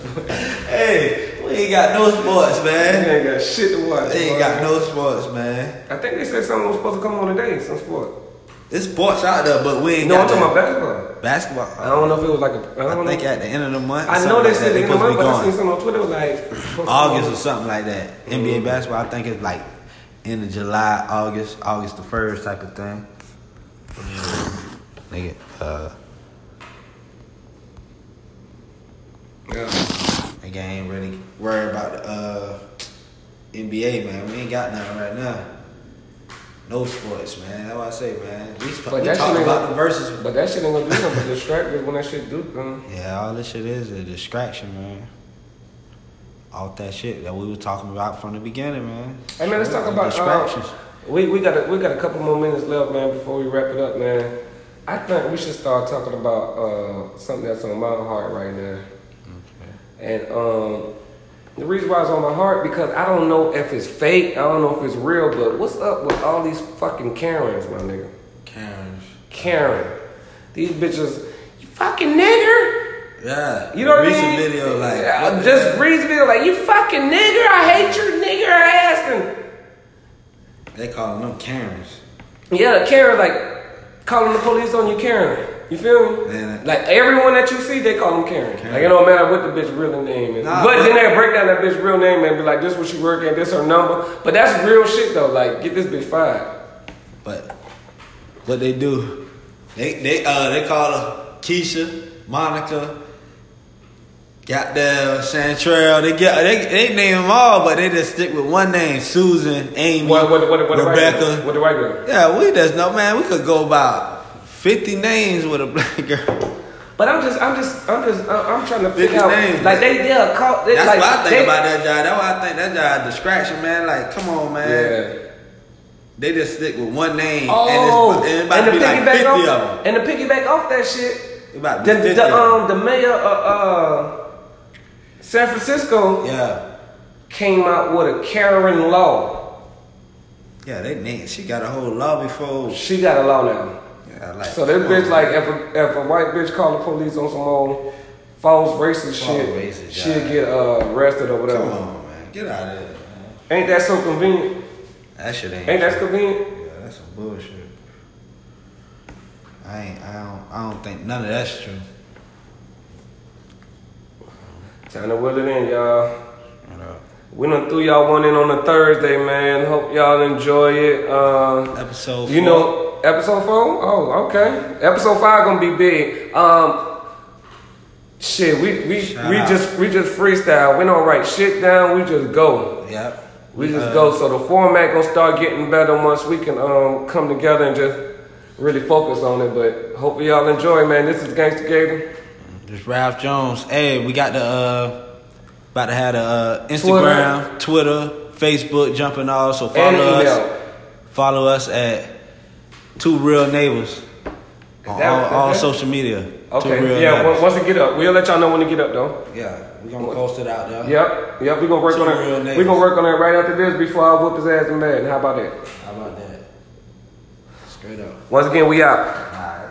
Speaker 2: [laughs]
Speaker 1: hey, we ain't got no sports,
Speaker 2: He
Speaker 1: man.
Speaker 2: ain't got shit to watch.
Speaker 1: We ain't
Speaker 2: boy.
Speaker 1: got no sports, man.
Speaker 2: I think they said something was supposed to come on today, some sport.
Speaker 1: It's sports out there, but we ain't
Speaker 2: No, I'm
Speaker 1: got
Speaker 2: talking about
Speaker 1: that.
Speaker 2: basketball. I
Speaker 1: basketball.
Speaker 2: don't know if it was like a. I
Speaker 1: I,
Speaker 2: don't
Speaker 1: think
Speaker 2: know.
Speaker 1: at the end of the month.
Speaker 2: I know
Speaker 1: something
Speaker 2: they
Speaker 1: like
Speaker 2: said
Speaker 1: that,
Speaker 2: the
Speaker 1: they
Speaker 2: end of the
Speaker 1: supposed
Speaker 2: month,
Speaker 1: to be
Speaker 2: but
Speaker 1: gone.
Speaker 2: I seen something on Twitter was like supposed to
Speaker 1: August
Speaker 2: come
Speaker 1: or
Speaker 2: on.
Speaker 1: something like that. NBA basketball, I think it's like end of July, August, August the first type of thing. Nigga, uh,
Speaker 2: Yeah.
Speaker 1: nigga I ain't really worried about the uh, NBA, man. We ain't got nothing right now. No sports, man. That's what I say, man. We, sp- we
Speaker 2: But that
Speaker 1: talk
Speaker 2: shit
Speaker 1: about
Speaker 2: ain't-
Speaker 1: the verses.
Speaker 2: But that shit ain't gonna do nothing but distract us when that shit do come.
Speaker 1: Yeah, all this shit is a distraction, man. All that shit that we were talking about from the beginning, man.
Speaker 2: Hey man, let's talk about
Speaker 1: distractions.
Speaker 2: uh, we we got a, we got a couple more minutes left, man, before we wrap it up, man. I think we should start talking about uh, something that's on my heart right now. And um, the reason why it's on my heart because I don't know if it's fake, I don't know if it's real, but what's up with all these fucking Karens, my nigga?
Speaker 1: Karens.
Speaker 2: Karen, these bitches, you fucking nigger.
Speaker 1: Yeah.
Speaker 2: You know what
Speaker 1: recent
Speaker 2: I mean?
Speaker 1: video, like
Speaker 2: Yeah,
Speaker 1: what the-
Speaker 2: just reads video like you fucking nigger. I hate your nigger ass and
Speaker 1: They calling them Karens.
Speaker 2: yeah, Karen like calling the police on you, Karen. You feel me?
Speaker 1: Man,
Speaker 2: Like everyone that you see, they call them Karen.
Speaker 1: Karen.
Speaker 2: Like it don't matter what the bitch real name is.
Speaker 1: Nah,
Speaker 2: but,
Speaker 1: but-
Speaker 2: then they break down that bitch real name and be like, this what she work at, this her number. But that's real shit though. Like get this bitch fired.
Speaker 1: But what they do? They they uh they call her Keisha, Monica, goddamn Chantrell. They get they they name them all, but they just stick with one name: Susan, Amy,
Speaker 2: What what what what the white girl?
Speaker 1: Rebecca.
Speaker 2: What the white girl?
Speaker 1: Yeah, we just know, man. We could go about fifty names with a black girl.
Speaker 2: But I'm just, I'm just, I'm just, I'm, I'm trying to
Speaker 1: Fifty
Speaker 2: figure out.
Speaker 1: names.
Speaker 2: Like they, they're caught. They,
Speaker 1: That's
Speaker 2: like,
Speaker 1: what I think
Speaker 2: they-
Speaker 1: about that job. That's why I think that job distraction, man. Like, come on, man.
Speaker 2: Yeah.
Speaker 1: They just stick with one name,
Speaker 2: Oh,
Speaker 1: and it's and about to be like fifty
Speaker 2: off,
Speaker 1: of them.
Speaker 2: and the piggyback off that shit.
Speaker 1: It about to
Speaker 2: the,
Speaker 1: be 50
Speaker 2: the
Speaker 1: of 'em.
Speaker 2: um the mayor of uh, San Francisco
Speaker 1: Yeah.
Speaker 2: came out with a Karen law.
Speaker 1: Yeah, they name. She got a whole law before.
Speaker 2: She got a law now.
Speaker 1: Yeah, like.
Speaker 2: So that bitch like if a, if a white bitch call the police on some old false racist
Speaker 1: False
Speaker 2: shit,
Speaker 1: racist,
Speaker 2: she'll
Speaker 1: yeah.
Speaker 2: get uh, arrested or
Speaker 1: Come
Speaker 2: whatever.
Speaker 1: on, man, get out of there. Man.
Speaker 2: Ain't that so convenient?
Speaker 1: That shit ain't.
Speaker 2: Ain't that convenient?
Speaker 1: yeah, that's some bullshit. I ain't. I don't. I don't think none of that's true.
Speaker 2: Time to will it in, y'all.
Speaker 1: You know.
Speaker 2: We done threw y'all one in on a Thursday, man. Hope y'all enjoy it. Uh,
Speaker 1: Episode
Speaker 2: you
Speaker 1: four.
Speaker 2: know, episode four? Oh, okay. Episode five gonna be big. Um, shit, we we
Speaker 1: Shout
Speaker 2: we
Speaker 1: out.
Speaker 2: just we just freestyle. We don't write shit down. We just go.
Speaker 1: Yep.
Speaker 2: We just
Speaker 1: Uh,
Speaker 2: go. So the format gonna start getting better once we can um come together and just really focus on it. But hopefully y'all enjoy, man. This is Gangsta Gator.
Speaker 1: This Ralph Jones. Hey, we got the uh about to have the uh, Instagram, Twitter, Facebook jumping all. So
Speaker 2: And
Speaker 1: follow us.
Speaker 2: email.
Speaker 1: Follow us at Two Real Neighbors on
Speaker 2: that-
Speaker 1: all,
Speaker 2: is
Speaker 1: all
Speaker 2: that-
Speaker 1: social media. Two Real
Speaker 2: Okay. Yeah.
Speaker 1: Neighbors.
Speaker 2: on- Once it get up, we'll let y'all know when to get up though.
Speaker 1: yeah, we gonna post it out there.
Speaker 2: Yep, yep, we gonna work
Speaker 1: Two
Speaker 2: on
Speaker 1: real
Speaker 2: it.
Speaker 1: niggas.
Speaker 2: We gonna work on it right after this before I whoop his ass in bed. How about that?
Speaker 1: How about that? Straight up.
Speaker 2: Once again, we out.
Speaker 1: All right.